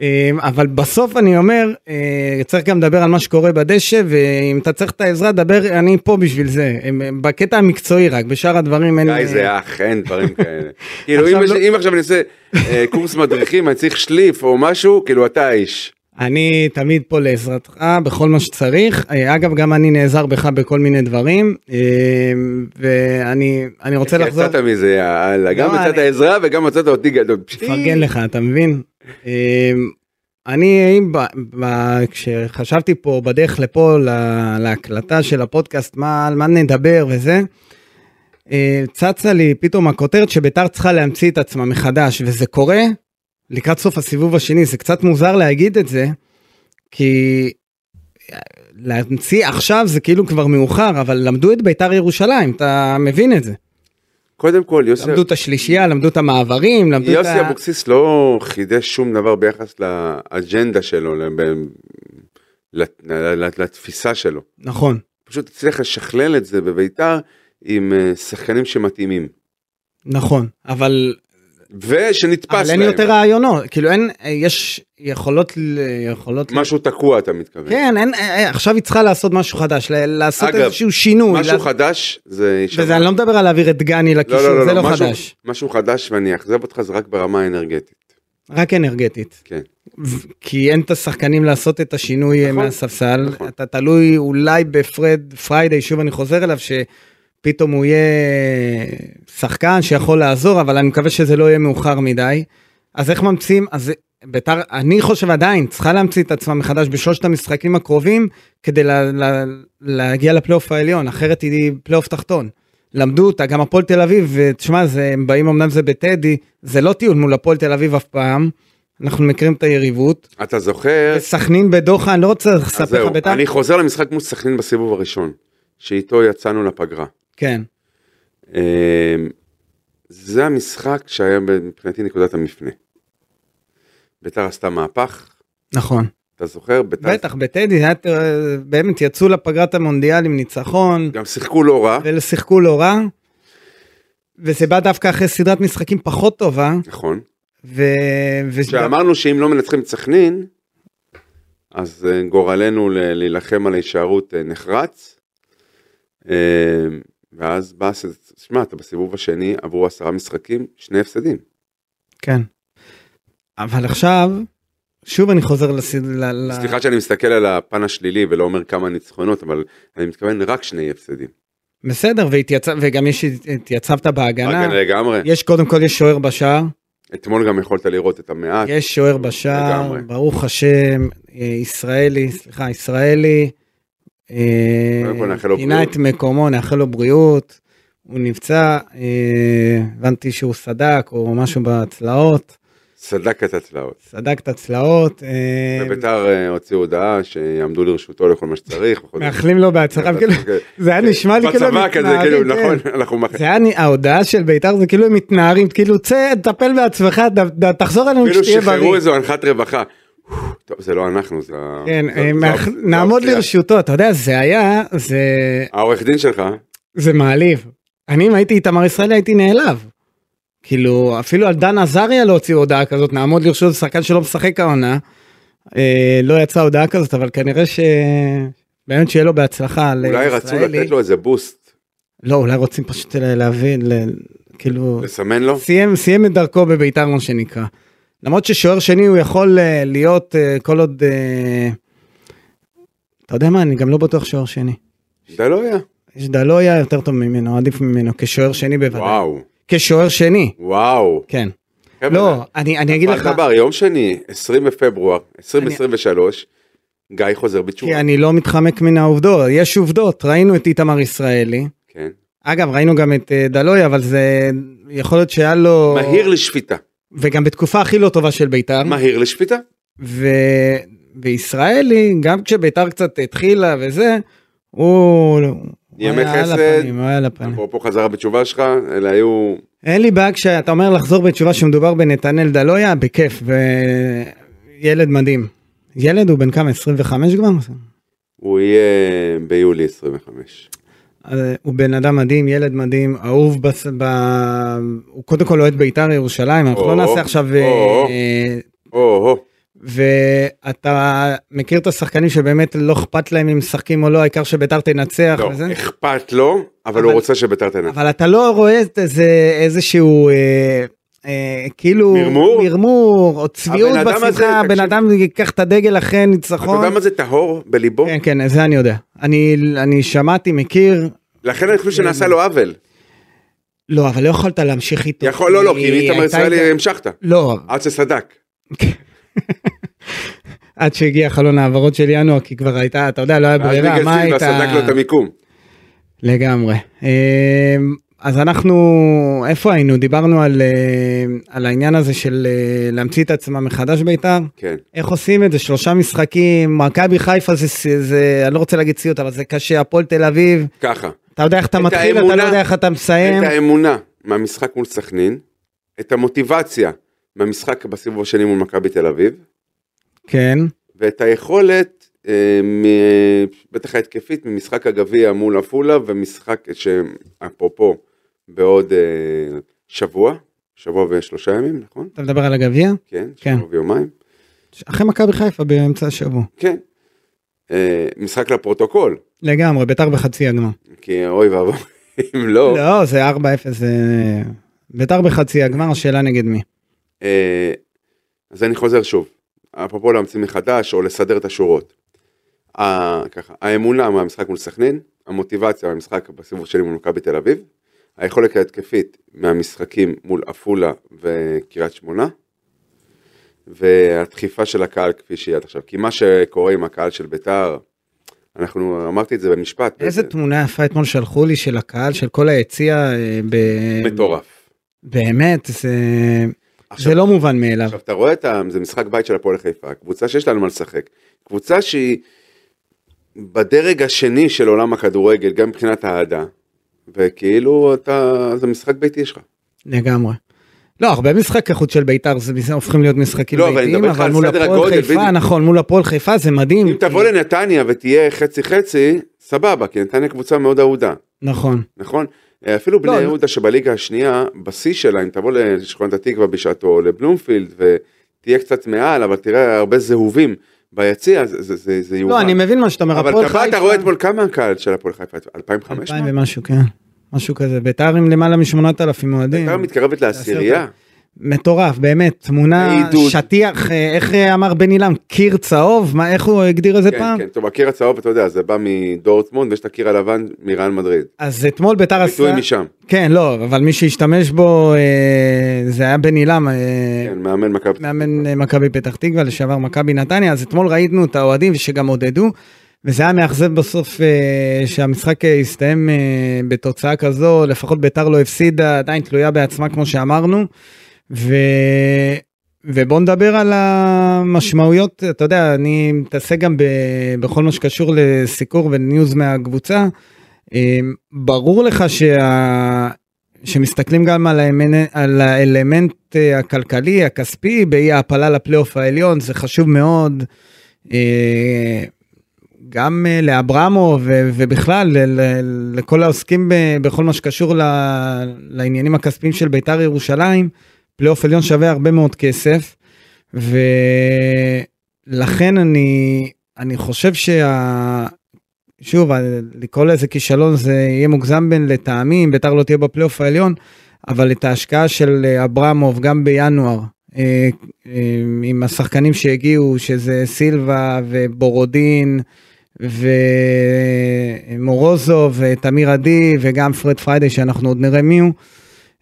B: אה, אבל בסוף אני אומר, אה, צריך גם לדבר על מה שקורה בדשא, ואם אתה צריך את העזרה, דבר, אני פה בשביל זה, אה, בקטע המקצועי רק, בשאר הדברים אין...
C: די זה אח, אין דברים כאלה. כאילו
B: אה. עכשיו
C: אם יש-
B: לא-
C: אם עכשיו אני עושה אה, קורס מדריכים, אני צריך שליף או משהו, כאילו אתה האיש.
B: אני תמיד פה לעזרתך בכל מה שצריך. אה, אגב, גם אני נעזר בך בכל מיני דברים, אה, ואני אני רוצה לחזור...
C: יצאת מזה, יאללה, גם
B: לא,
C: מצאת
B: אני-
C: עזרה וגם מצאת אותי גדול.
B: מפרגן לך, אתה מבין? אמ, אני, אם ב- ב- כשחשבתי פה בדרך לפה ל- להקלטה של הפודקאסט, מה, על מה נדבר וזה, אה, צצה לי פתאום הכותרת שביתר צריכה להמציא את עצמה מחדש, וזה קורה לקראת סוף הסיבוב השני, זה קצת מוזר להגיד את זה, כי אה, להמציא עכשיו זה כאילו כבר מאוחר, אבל למדו את ביתר ירושלים, אתה מבין את זה.
C: קודם כל, יוסי...
B: למדו את השלישייה, למדו את המעברים, למדו את
C: יוסי
B: ה...
C: אבוקסיס לא חידש שום דבר ביחס לאג'נדה שלו, לב- לת- לת- לתפיסה שלו.
B: נכון,
C: פשוט הצליח לשכלל את זה בביתר עם אה, שחקנים שמתאימים.
B: נכון, אבל
C: ושנתפס
B: אבל אין
C: להם.
B: יותר רעיונות, כאילו אין, אה, יש יכולות, ל- יכולות, ל-
C: משהו תקוע אתה מתכוון.
B: כן, אין, אה, אה, עכשיו היא צריכה לעשות משהו חדש, ל- לעשות
C: אגב,
B: איזשהו שינוי,
C: משהו
B: לה-
C: חדש זה...
B: וזה, אני לא מדבר על להעביר את גני לקישור, זה לא
C: משהו-
B: חדש,
C: משהו חדש ואני אאכזב אותך זה רק ברמה האנרגטית.
B: רק אנרגטית.
C: כן.
B: ו- כי אין את השחקנים לעשות את השינוי אה,
C: נכון,
B: מהספסל,
C: נכון.
B: אתה תלוי אולי בפרד פריידי, שוב אני חוזר אליו, שפתאום הוא יהיה שחקן שיכול לעזור, אבל אני מקווה שזה לא יהיה מאוחר מדי. אז איך ממציאים, אז ביתר, אני חושב עדיין, צריכה להמציא את עצמה מחדש בשלושת המשחקים הקרובים, כדי לה, לה, להגיע לפלייאוף העליון, אחרת היא פלייאוף תחתון. למדו אותה, גם הפועל תל אביב, ותשמע, זה- הם באים אמנם זה בטדי, זה לא טיול מול הפועל תל אביב אף פעם, אנחנו מכירים את היריבות.
C: אתה זוכר...
B: סכנין בדוחה, אני לא רוצה
C: כן. אז
B: לספר
C: זהו,
B: לך ביתר.
C: אני חוזר למשחק מול סכנין בסיבוב הראשון, שאיתו יצאנו לפגרה.
B: כן,
C: אמ, זה המשחק שהיה מבחינתי נקודת המפנה. ביתר עשתה מהפך,
B: נכון.
C: אתה זוכר? ביתר...
B: בטח, בטדי, זה היה, אה, באמת יצאו לפגרת המונדיאל עם ניצחון,
C: גם שיחקו לא רע,
B: ושיחקו לא רע, וזה בא דווקא אחרי סדרת משחקים פחות טובה,
C: נכון.
B: ו... ו-
C: שאמרנו שאם לא מנצחים את סכנין, אז אה, גורלנו ל- להילחם על ההישארות אה, נחרץ. אמ, ואז בא, הס- שמע, אתה בסיבוב השני עברו עשרה משחקים, שני הפסדים.
B: כן. אבל עכשיו, שוב אני חוזר לסד... ל... ל-
C: סליחה שאני מסתכל על הפן השלילי ולא אומר כמה ניצחונות, אבל אני מתכוון רק שני הפסדים.
B: בסדר, והתייצב... וגם יש, התייצבת בהגנה.
C: רגע, לגמרי.
B: יש קודם כל יש שוער בשער,
C: אתמול גם יכולת לראות את המעט.
B: יש שוער בשער,
C: לגמרי.
B: ברוך השם, אה, ישראלי, סליחה, ישראלי, אה,
C: קודם כל נאחל לו
B: פינה
C: בריאות.
B: את מקומו, נאחל לו בריאות, הוא נפצע, אה, הבנתי שהוא סדק או משהו בצלעות,
C: סדק את הצלעות.
B: סדק את הצלעות, אה,
C: וביתר אה, הוציאו הודעה שיעמדו לרשותו לכל מה שצריך. וכל-
B: מאחלים לו בהצלחה, כאילו, זה היה נשמע לי כאילו הם
C: כן, בצבא כזה, כאילו,
B: מתנערים, כן.
C: נכון, אנחנו מאחלים.
B: זה היה נ- ההודעה של בית"ר זה כאילו הם מתנערים כאילו צא תטפל בעצמך ת- ת- תחזור אלינו
C: אפילו
B: כשתהיה
C: כאילו שחררו
B: בריא.
C: איזו אנחת רווחה. טוב, זה לא אנחנו, זה... ה-
B: כן,
C: זה-
B: אה,
C: זה
B: מאח-
C: האופציה.
B: נעמוד לרשותו אתה יודע זה היה זה
C: העורך דין שלך,
B: זה מעליב. אני אם הייתי איתמר ישראלי הייתי נעלב. כאילו אפילו על דן עזריה לא הוציאו הודעה כזאת נעמוד לרשות שחקן שלא משחק העונה. אה, לא יצאה הודעה כזאת אבל כנראה ש... באמת שיהיה לו בהצלחה
C: אולי רצו
B: לישראלי.
C: לתת לו איזה בוסט,
B: לא אולי רוצים פשוט להבין ל- כאילו
C: לסמן לו.
B: סיים, סיים את דרכו בביתר מה שנקרא. למרות ששוער שני הוא יכול אה, להיות אה, כל עוד... אה, אתה יודע מה, אני גם לא בטוח שוער שני.
C: זה לא היה.
B: יש דלויה יותר טוב ממנו, עדיף ממנו, כשוער שני בוודאי.
C: וואו,
B: כשוער שני,
C: וואו.
B: כן.
C: חבר'ה,
B: לא, אני, אני אגיד
C: אבל
B: לך,
C: דבר, יום שני, 20 בפברואר, 2023, גיא חוזר
B: כי
C: בתשובה.
B: אני לא מתחמק מן העובדות, יש עובדות, ראינו את איתמר ישראלי.
C: כן.
B: אגב, ראינו גם את אה, דלויה, אבל זה יכול להיות שהיה לו...
C: מהיר לשפיטה.
B: וגם בתקופה הכי לא טובה של בית"ר.
C: מהיר לשפיטה.
B: ו... וישראלי, גם כשביתר קצת התחילה וזה, הוא...
C: ימי
B: הוא היה על
C: חסד. נכון.
B: הפנים, הוא היה על הפנים.
C: אפרופו חזרה בתשובה שלך, אלה היו...
B: אין לי בעיה כשאתה אומר לחזור בתשובה שמדובר בנתנאל דלויה, בכיף, וילד מדהים. ילד הוא בן כמה? 25 כבר?
C: הוא יהיה ביולי 25.
B: אז אה, הוא בן אדם מדהים, ילד מדהים, אהוב בס... ב... הוא קודם כל אוהד בית"ר ירושלים, אנחנו לא
C: או,
B: נעשה עכשיו אה,
C: או.
B: אה,
C: או-הו,
B: ואתה מכיר את השחקנים שבאמת לא אכפת להם אם משחקים או לא, העיקר שביתר תנצח
C: לא,
B: וזה,
C: אכפת לו, אבל הוא
B: אבל-
C: רוצה שביתר תנצח.
B: אבל אתה לא רואה את איזה איזשהו אה, אה, כאילו
C: מרמור?
B: מרמור או צביעות
C: הבן אדם הזה,
B: בשיחה, הבן
C: תקשיב.
B: אדם ייקח את הדגל אחרי
C: אתה יודע
B: ניצחון.
C: מה זה טהור בליבו?
B: נכון. כן כן זה אני יודע אני אני שמעתי מכיר
C: לכן אני חושב
B: כן.
C: שנעשה לו עוול.
B: לא אבל לא יכולת להמשיך איתו
C: יכול, לא, לא, כי אם איתמר
B: הייתה
C: ישראלי
B: איתה-
C: המשכת.
B: לא
C: עד שסדק.
B: עד שהגיע חלון ההעברות של ינואר כי כבר הייתה אתה יודע לא היה
C: ואז
B: ברירה
C: ניגל
B: מה
C: סילבה
B: הייתה
C: סדק לו את המיקום.
B: לגמרי. אמ, אז אנחנו, איפה היינו? דיברנו על, אה, על העניין הזה של אה, להמציא את עצמה מחדש בית"ר.
C: כן.
B: איך עושים את זה? שלושה משחקים, מכבי חיפה זה, זה, זה, אני לא רוצה להגיד סיוט, אבל זה קשה, הפועל תל אביב,
C: ככה.
B: אתה יודע איך אתה
C: את
B: מתחיל, אתה לא
C: האמונה-
B: יודע איך אתה מסיים.
C: את האמונה מהמשחק מול סכנין, את המוטיבציה מהמשחק בסיבוב השני מול מכבי תל אביב,
B: כן,
C: ואת היכולת, אה, מ- בטח ההתקפית, ממשחק הגביע מול עפולה, ומשחק שאפרופו בעוד אה, שבוע, שבוע ושלושה ימים, נכון?
B: אתה מדבר על הגביע?
C: כן,
B: כן.
C: שבוע ויומיים,
B: אחרי מכבי חיפה באמצע השבוע.
C: כן. אה, משחק לפרוטוקול,
B: לגמרי, ביתר בחצי הגמר.
C: כי אוי ואבוי, אם לא,
B: לא, זה 4-0, זה... ביתר בחצי הגמר, השאלה נגד מי.
C: אה, אז אני חוזר שוב, אפרופו להמציא מחדש או לסדר את השורות. ה- ככה, האמונה מהמשחק מול סכנין, המוטיבציה מהמשחק בסיבוב שלי מול מכבי תל אביב, היכולת ההתקפית מהמשחקים מול עפולה וקריית שמונה, והדחיפה של הקהל כפי שהיא עד עכשיו. כי מה שקורה עם הקהל של ביתר, אנחנו, אמרתי את זה במשפט,
B: איזה
C: זה
B: תמונה יפה אתמול שלחו לי של הקהל, של כל היציע, אה, ב...
C: מטורף.
B: באמת, זה...
C: עכשיו-
B: זה לא מובן מאליו.
C: עכשיו אתה רואה את ה... זה משחק בית של הפועל חיפה, קבוצה שיש לה על מה לשחק, קבוצה שהיא בדרג השני של עולם הכדורגל, גם מבחינת האהדה, וכאילו אתה, זה משחק ביתי שלך.
B: לגמרי. לא, הרבה משחקי חוץ של ביתר זה מזה הופכים להיות משחקים
C: לא, אבל אני
B: ביתיים,
C: מדבר איתך
B: אבל
C: על
B: מול
C: סדר
B: הפועל
C: הגודל,
B: חיפה,
C: בדיוק.
B: נכון, מול הפועל חיפה זה מדהים.
C: אם תבוא לנתניה ותהיה חצי חצי, סבבה, כי נתניה קבוצה מאוד אהודה,
B: נכון,
C: נכון? אפילו בני
B: לא,
C: יהודה שבליגה השנייה, בשיא שלה, אם תבוא לשכונת התקווה בשעתו, או לבלומפילד, ותהיה קצת מעל, אבל תראה הרבה זהובים ביציע, זה, זה, זה, זה יובן.
B: לא, אני מבין מה שאתה אומר,
C: אבל
B: הפועל
C: אתה בא,
B: חיפה,
C: אתה רואה אתמול כמה הקהל של הפועל חיפה, 2,500?
B: 2000 ומשהו, כן, משהו כזה, ביתר עם למעלה מ-8,000 אוהדים,
C: ביתר מתקרבת לעשירייה.
B: מטורף, באמת, תמונה,
C: העידוד.
B: שטיח, אה, איך אה, אמר בן אילם, קיר צהוב, מה, איך הוא הגדיר את זה
C: כן,
B: פעם?
C: כן, טוב, הקיר הצהוב, אתה יודע, זה בא מדורטמונד ויש את הקיר הלבן מרן מדריד.
B: אז אתמול ביתר עשתה,
C: ביטוי משם,
B: כן, לא, אבל מי שהשתמש בו, אה, זה היה בן אילם, אה,
C: כן, מאמן מכבי.
B: מאמן אה, מכבי פתח תקווה, לשעבר מכבי נתניה, אז אתמול ראינו את האוהדים שגם עודדו, וזה היה מאכזב בסוף אה, שהמשחק אה, הסתיים אה, בתוצאה כזו, לפחות ביתר לא הפסידה, עדיין תלויה בעצמה כמו שאמרנו, ו... ובואו נדבר על המשמעויות, אתה יודע, אני מתעסק גם ב... בכל מה שקשור לסיקור וניוז מהקבוצה. אה, ברור לך שה... שמסתכלים גם על, האמנ... על האלמנט אה, הכלכלי, הכספי, באי ההעפלה לפלייאוף העליון, זה חשוב מאוד. אה, גם אה, לאברמו ו- ובכלל ל- ל- לכל העוסקים ב- בכל מה שקשור ל- לעניינים הכספיים של בית"ר ירושלים, פלייאוף עליון שווה הרבה מאוד כסף. ולכן אני, אני חושב שה... שוב, אה, לקרוא לזה כישלון זה יהיה מוגזם בין לטעמי, אם ביתר לא תהיה בפלייאוף העליון, אבל את ההשקעה של אה, אברמוב גם בינואר, אה, אה, עם השחקנים שהגיעו, שזה סילבה ובורודין ומורוזוב ותמיר עדי וגם פרד פריידי שאנחנו עוד נראה מי הוא.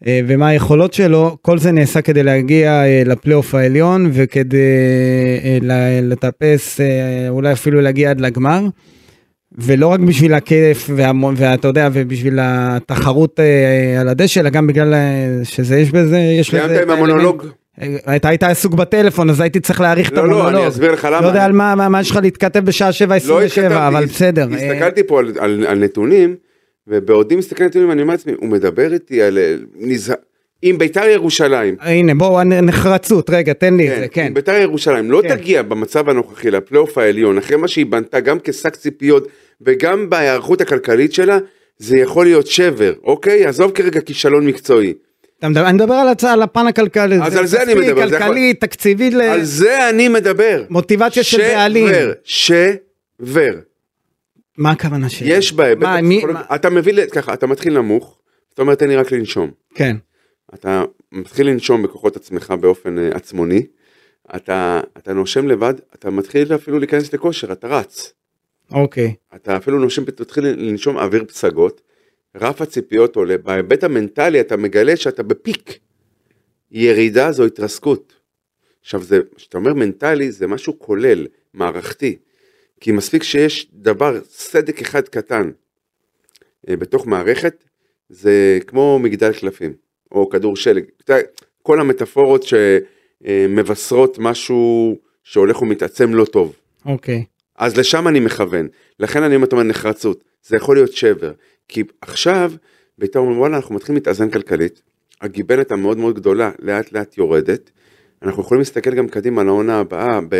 B: אה, ומה היכולות שלו, כל זה נעשה כדי להגיע אה, לפלייאוף העליון וכדי אה, ל- לטפס, אה, אולי אפילו להגיע עד לגמר. ולא רק בשביל הכיף והמון ואתה יודע ובשביל התחרות אה, על הדשא אלא גם בגלל אה, שזה יש בזה יש לזה
C: סיימת עם
B: את
C: המונולוג?
B: האלמנט. אה, אתה היית עסוק בטלפון אז הייתי צריך להעריך את
C: לא, לא,
B: המונולוג.
C: אני אסביר לך למה.
B: לא יודע על מה מה- מה יש לך להתכתב בשעה 7:27 אבל
C: לא התכתבתי,
B: בסדר. אה,
C: הסתכלתי פה על- על על נתונים, ובעודי מסתכל על נתונים, אני אומר לעצמי, הוא מדבר איתי על... אה, נזהר- עם ביתר ירושלים.
B: הנה בואו הנ- נחרצות רגע תן לי את זה כן.
C: אם ביתר ירושלים לא
B: כן.
C: תגיע במצב הנוכחי לפלייאוף העליון, אחרי מה שהיא בנתה גם כשק ציפיות וגם בהיערכות הכלכלית שלה, זה יכול להיות שבר, אוקיי? עזוב כרגע כישלון מקצועי.
B: אתה מדבר- אני מדבר על הצעה על הפן הכלכלי.
C: אז על זה אני
B: כספי,
C: מדבר, זה יכול-
B: כלכלי תקציבי ל-
C: על זה אני מדבר.
B: אה. מוטיבציה של בעלים.
C: שבר, שבר.
B: מה הכוונה שלי?
C: יש בהיבט
B: כן. מה, מי-
C: הפסיכולוגי.
B: מה-
C: אתה מביא, ל- ככה, אתה מתחיל נמוך, אתה אומר תן לי רק לנשום.
B: כן.
C: אתה מתחיל לנשום בכוחות עצמך באופן אה, עצמוני. אתה, אתה נושם לבד, אתה מתחיל אפילו להיכנס לכושר, אתה רץ.
B: אוקיי.
C: אתה אפילו נושם, תתחיל לנשום אוויר פסגות, רף הציפיות עולה, בהיבט המנטלי אתה מגלה שאתה בפיק. ירידה זו התרסקות. עכשיו זה, כשאתה אומר מנטלי זה משהו כולל, מערכתי. כי מספיק שיש דבר, סדק אחד קטן, אה, בתוך מערכת, זה כמו מגדל קלפים, או כדור שלג. אתה יודע, כל המטאפורות שמבשרות משהו שהולך ומתעצם לא טוב.
B: אוקיי.
C: אז לשם אני מכוון. לכן אני אומר את הנחרצות, זה יכול להיות שבר. כי עכשיו, בית"ר אומרים וואלה, אנחנו מתחילים להתאזן כלכלית, הגיבנת המאוד מאוד גדולה לאט לאט יורדת, אנחנו יכולים להסתכל גם קדימה לעונה הבאה ב...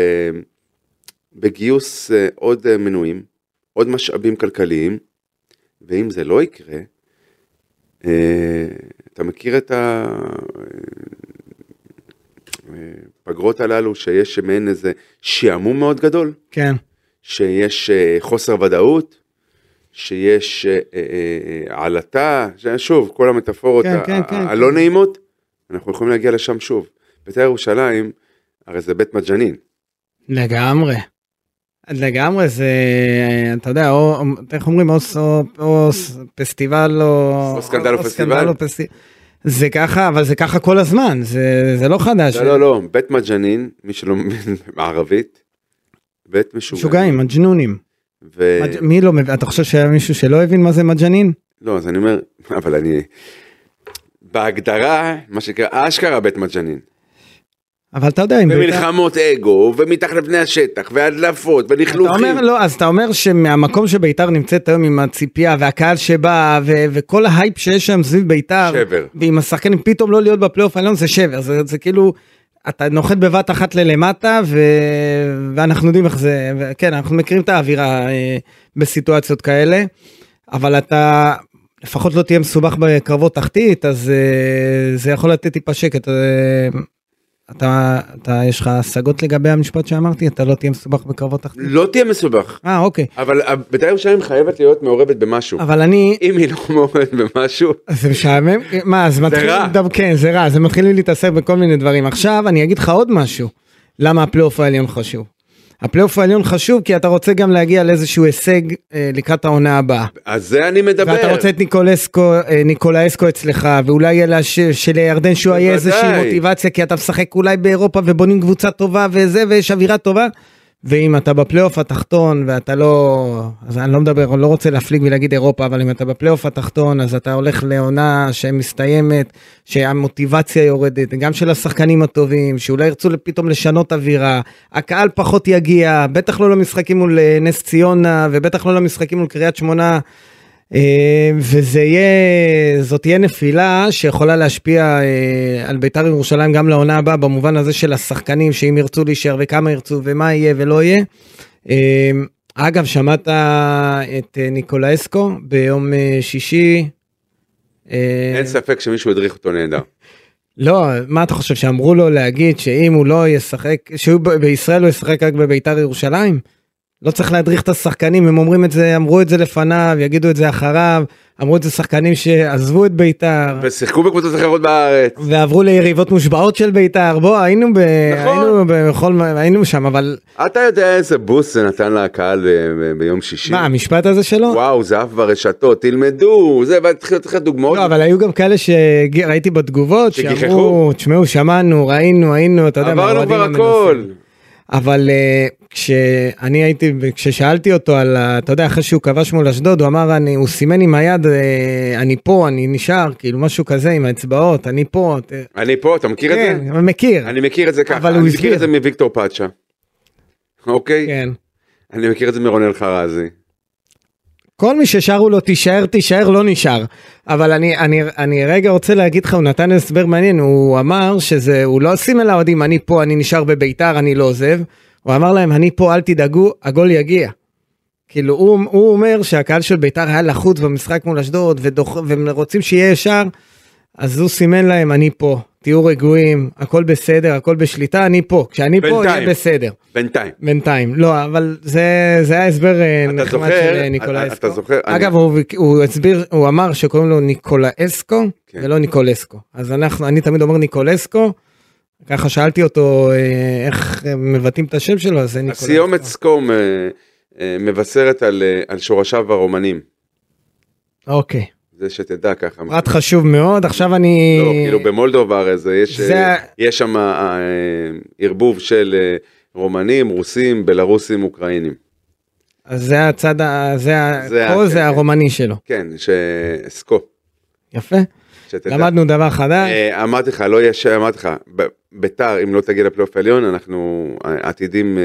C: בגיוס אה, עוד אה, מנויים, עוד משאבים כלכליים, ואם זה לא יקרה, אה, אתה מכיר את אה, הפגרות אה, הללו שיש מעין איזה שעמום מאוד גדול?
B: כן.
C: שיש אה, חוסר ודאות, שיש אה, אה, אה, עלטה, ש- שוב, כל המטאפורות
B: כן,
C: ה-
B: כן,
C: ה-
B: כן,
C: הלא נעימות, אנחנו יכולים להגיע לשם שוב. בית"ר ירושלים, הרי זה בית מג'נין.
B: לגמרי. לגמרי זה, אתה יודע, או, איך אומרים, או, ס- או, או ס- פסטיבל או...
C: או סקנדל או פסטיבל.
B: סקנדל או פסטי- זה ככה, אבל זה ככה כל הזמן, זה, זה לא חדש.
C: לא, לא, לא, בית מג'נין, מי שלא מבין בערבית, בית משוגעים.
B: משוגעים, מג'נונים.
C: ו...
B: מג'- מי לא מבין? אתה חושב שהיה מישהו שלא הבין מה זה מג'נין?
C: לא, אז אני אומר, אבל אני... בהגדרה, מה שנקרא, אשכרה בית מג'נין.
B: אבל אתה יודע, אם... בית"ר-
C: ומלחמות אגו, ומתחת לפני השטח, והדלפות,
B: אתה
C: ולכלוכים.
B: אומר, לא, אז אתה אומר שמהמקום שביתר נמצאת היום עם הציפייה והקהל שבא ו- וכל ההייפ שיש שם סביב ביתר,
C: שבר.
B: ועם השחקנים פתאום לא להיות בפלייאוף העליון זה שבר, זה, זה כאילו, אתה נוחת בבת אחת ללמטה ו... ואנחנו יודעים איך זה, ו- כן, אנחנו מכירים את האווירה אה, בסיטואציות כאלה, אבל אתה לפחות לא תהיה מסובך בקרבות תחתית, אז אה, זה יכול לתת טיפה שקט. אה, אתה, אתה, יש לך השגות לגבי המשפט שאמרתי? אתה לא תהיה מסובך בקרבות תחתית?
C: לא תהיה מסובך.
B: אה, אוקיי.
C: אבל ה- בית"ר ירושלים חייבת להיות מעורבת במשהו.
B: אבל אני...
C: אם היא לא מעורבת במשהו,
B: זה משעמם? מה, אז מתחילים...
C: רע.
B: דו- כן, זה רע, זה מתחילים להתעסק בכל מיני דברים. עכשיו, אני אגיד לך עוד משהו. למה הפלייאוף העליון חשוב? הפלייאוף העליון חשוב כי אתה רוצה גם להגיע לאיזשהו הישג אה, לקראת העונה הבאה.
C: אז זה אני מדבר.
B: ואתה רוצה את ניקולסקו, אה, ניקולאסקו אצלך, ואולי יהיה לה ש- שלירדן שהוא יהיה איזושהי
C: בוודאי.
B: מוטיבציה, כי אתה משחק אולי באירופה ובונים קבוצה טובה וזה, ויש אווירה טובה. ואם אתה בפלייאוף התחתון ואתה לא, אז אני לא מדבר, לא רוצה להפליג ולהגיד אירופה, אבל אם אתה בפלייאוף התחתון, אז אתה הולך לעונה שמסתיימת, שהמוטיבציה יורדת, גם של השחקנים הטובים, שאולי ירצו פתאום לשנות אווירה, הקהל פחות יגיע, בטח לא למשחקים מול אה, נס ציונה, ובטח לא למשחקים מול קריית שמונה, אה, וזה יהיה, זאת תהיה נפילה שיכולה להשפיע אה, על בית"ר ירושלים גם לעונה הבאה, במובן הזה של השחקנים, שאם ירצו להישאר וכמה ירצו ומה יהיה ולא יהיה. אה, אגב, שמעת את אה, ניקולאסקו ביום אה, שישי? אה,
C: אין ספק שמישהו הדריך אותו נהדר.
B: לא, מה אתה חושב שאמרו לו להגיד שאם הוא לא ישחק, שהוא ב- בישראל הוא ישחק רק בביתר ירושלים? לא צריך להדריך את השחקנים, הם אומרים את זה, אמרו את זה לפניו, יגידו את זה אחריו, אמרו את זה שחקנים שעזבו את ביתר,
C: ושיחקו בקבוצות אחרות בארץ.
B: ועברו ליריבות מושבעות של ביתר, בוא, היינו ב...
C: נכון.
B: היינו בכל... מה- היינו שם, אבל
C: אתה יודע איזה בוסט זה נתן לקהל ב- ב- ביום שישי?
B: מה, המשפט הזה שלו?
C: וואו, זה עף ברשתות, תלמדו, זה, ותתחיל לתת לך דוגמאות.
B: לא, אבל היו גם כאלה שראיתי בתגובות, שאמרו,
C: שגיחכו.
B: תשמעו, שמענו, ראינו, היינו, אתה יודע,
C: עברנו
B: מהאוהדים
C: כבר
B: המנוסים."
C: הכל.
B: אבל אה, כשאני הייתי, כששאלתי אותו על, ה- אתה יודע, אחרי שהוא כבש מול אשדוד, הוא אמר, אני, הוא סימן עם היד, אה, אני פה, אני נשאר, כאילו משהו כזה עם האצבעות, אני פה. ת-
C: אני פה, אתה מכיר את
B: כן,
C: זה?
B: מכיר.
C: אני מכיר את זה ככה.
B: אבל הוא
C: אני
B: הסביר.
C: מכיר את זה מוויקטור פאצ'ה. אוקיי?
B: כן.
C: אני מכיר את זה מרונל חרזי.
B: כל מי ששרו לו תישאר, תישאר, לא נשאר. אבל אני, אני, אני רגע רוצה להגיד לך, הוא נתן הסבר מעניין, הוא אמר שזה, הוא לא סימן לאוהדים, אני פה, אני נשאר בביתר, אני לא עוזב. הוא אמר להם, אני פה, אל תדאגו, הגול יגיע. כאילו, הוא, הוא אומר שהקהל של ביתר היה לחוץ במשחק מול אשדוד, ודוח- והם רוצים שיהיה ישר, אז הוא סימן להם, אני פה, תהיו רגועים, הכל בסדר, הכל בשליטה, אני פה. כשאני פה, יהיה
C: בינתיים.
B: בסדר.
C: בינתיים.
B: בינתיים לא אבל זה זה היה הסבר אה,
C: אתה
B: נחמד
C: זוכר-
B: של אה,
C: אתה-
B: ניקולאסקו.
C: אתה זוכר- אני-
B: אגב הוא, הוא הסביר הוא אמר שקוראים לו ניקולאסקו
C: כן.
B: ולא ניקולסקו אז אנחנו אני תמיד אומר ניקולסקו. ככה שאלתי אותו אה, איך אה, מבטאים את השם שלו אז זה ניקולסקו.
C: הסיומת סקום אה, אה, מבשרת על, אה, על שורשיו הרומנים.
B: אוקיי.
C: זה שתדע ככה.
B: פרט חשוב מאוד עכשיו אני.
C: לא, כאילו במולדובה הרי זה, יש,
B: זה-
C: אה, יש שם אה, אה, ערבוב של אה, רומנים, רוסים, בלרוסים, אוקראינים.
B: אז זה הצד ה... זה ה...
C: זה ה-
B: פה
C: כן,
B: זה
C: כן.
B: הרומני שלו.
C: כן, שסקו.
B: יפה.
C: שתדע.
B: למדנו דבר חדש.
C: אה, אמרתי לך, לא יש, אמרתי לך, ב- ביתר, אם לא תגיע לפלייאוף העליון, אנחנו עתידים אה,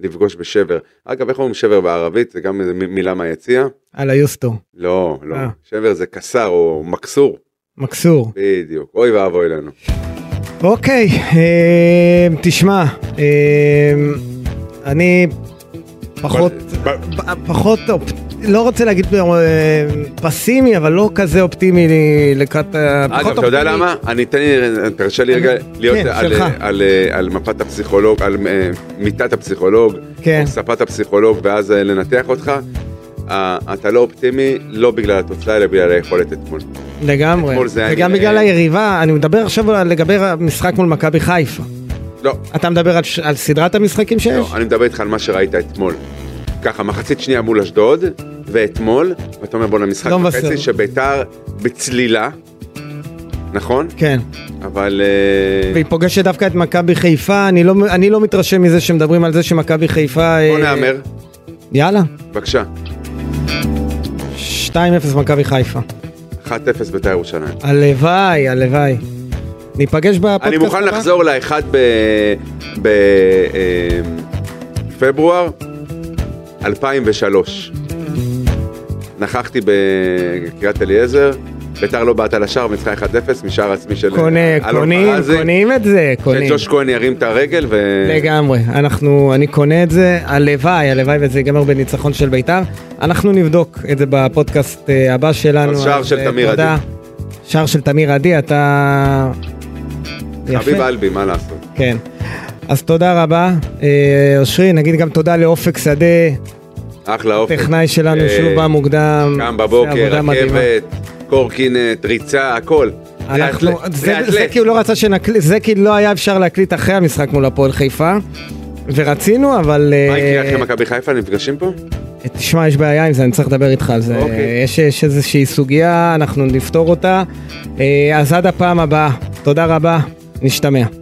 C: לפגוש בשבר. אגב, איך אומרים שבר בערבית? זה גם איזה מ- מילה מהיציע?
B: הלאה, יוסטו.
C: לא, לא.
B: אה.
C: שבר זה קסר או מקסור.
B: מקסור.
C: בדיוק. אוי ואבוי לנו.
B: אוקיי, אה, תשמע, אה, אני פחות,
C: ב- ב-
B: פ- פחות, אופ- לא רוצה להגיד אה, פסימי, אבל לא כזה אופטימי לקראת, ה- פחות
C: אגב, אה, אתה יודע
B: אופטימי.
C: למה? אני תן לי, תרשה לי רגע
B: אני-
C: להיות
B: כן,
C: על-
B: שלך.
C: על, אה, על מפת הפסיכולוג, על אה, מיטת הפסיכולוג,
B: כן.
C: או ספת הפסיכולוג, ואז אה, לנתח אותך. אה, אתה לא אופטימי, לא בגלל התוצאה, אלא בגלל היכולת אתמול.
B: לגמרי,
C: אתמול זה היה
B: וגם
C: נראה-
B: בגלל היריבה, אני מדבר עכשיו על- לגבי המשחק מול מכבי חיפה.
C: לא,
B: אתה מדבר על ש- על סדרת המשחקים שיש?
C: לא, אני מדבר איתך על מה שראית אתמול. ככה, מחצית שנייה מול אשדוד, ואתמול, ואתה אומר בואנה משחק
B: לא מבשר.
C: וחצי שביתר בצלילה, נכון?
B: כן,
C: אבל... אה,
B: והיא פוגשת דווקא את מכבי חיפה, אני לא- אני לא מתרשם מזה שמדברים על זה שמכבי חיפה...
C: בוא
B: אה,
C: נהמר,
B: יאללה,
C: בבקשה.
B: 2-0 מכבי חיפה.
C: 1-0 בית"ר ירושלים.
B: הלוואי, הלוואי. ניפגש בפודקאסט
C: אני מוכן
B: הבא?
C: לחזור לאחד אמ, בפברואר 2003. נכחתי בקריית אליעזר, ביתר לא בעטה לשער, ניצחה 1-0 משער עצמי של
B: קונה,
C: אלון
B: קונים,
C: פרזי,
B: קונים את זה, קונים.
C: שג'וש כהן ירים את הרגל ו...
B: לגמרי, אנחנו, אני קונה את זה, הלוואי, הלוואי וזה ייגמר בניצחון של בית"ר. אנחנו נבדוק את זה בפודקאסט אה, הבא שלנו.
C: אז שער של
B: אה,
C: תמיר
B: תודה.
C: עדי.
B: שער של תמיר עדי, אתה...
C: חביב אלבי, מה לעשות?
B: כן. אז תודה רבה, אה, אושרי, נגיד גם תודה לאופק שדה,
C: אחלה אופק.
B: טכנאי שלנו,
C: אה,
B: שהוא בא מוקדם.
C: קם
B: עושה
C: בבוקר,
B: עבודה מדהימה.
C: רכבת, קורקינט, ריצה, הכל. זה
B: אנחנו,
C: אתלט,
B: זה,
C: זה
B: זה
C: אתלט.
B: כי הוא לא רצה שנקליט, זה כי לא היה אפשר להקליט אחרי המשחק מול הפועל חיפה. ורצינו, אבל...
C: מה יקרה
B: אה,
C: אחרי מכבי חיפה? נפגשים פה?
B: תשמע, יש בעיה עם זה, אני צריך לדבר איתך על זה.
C: אוקיי.
B: יש, יש איזושהי סוגיה, אנחנו נפתור אותה. אה, אז עד הפעם הבאה, תודה רבה, נשתמע.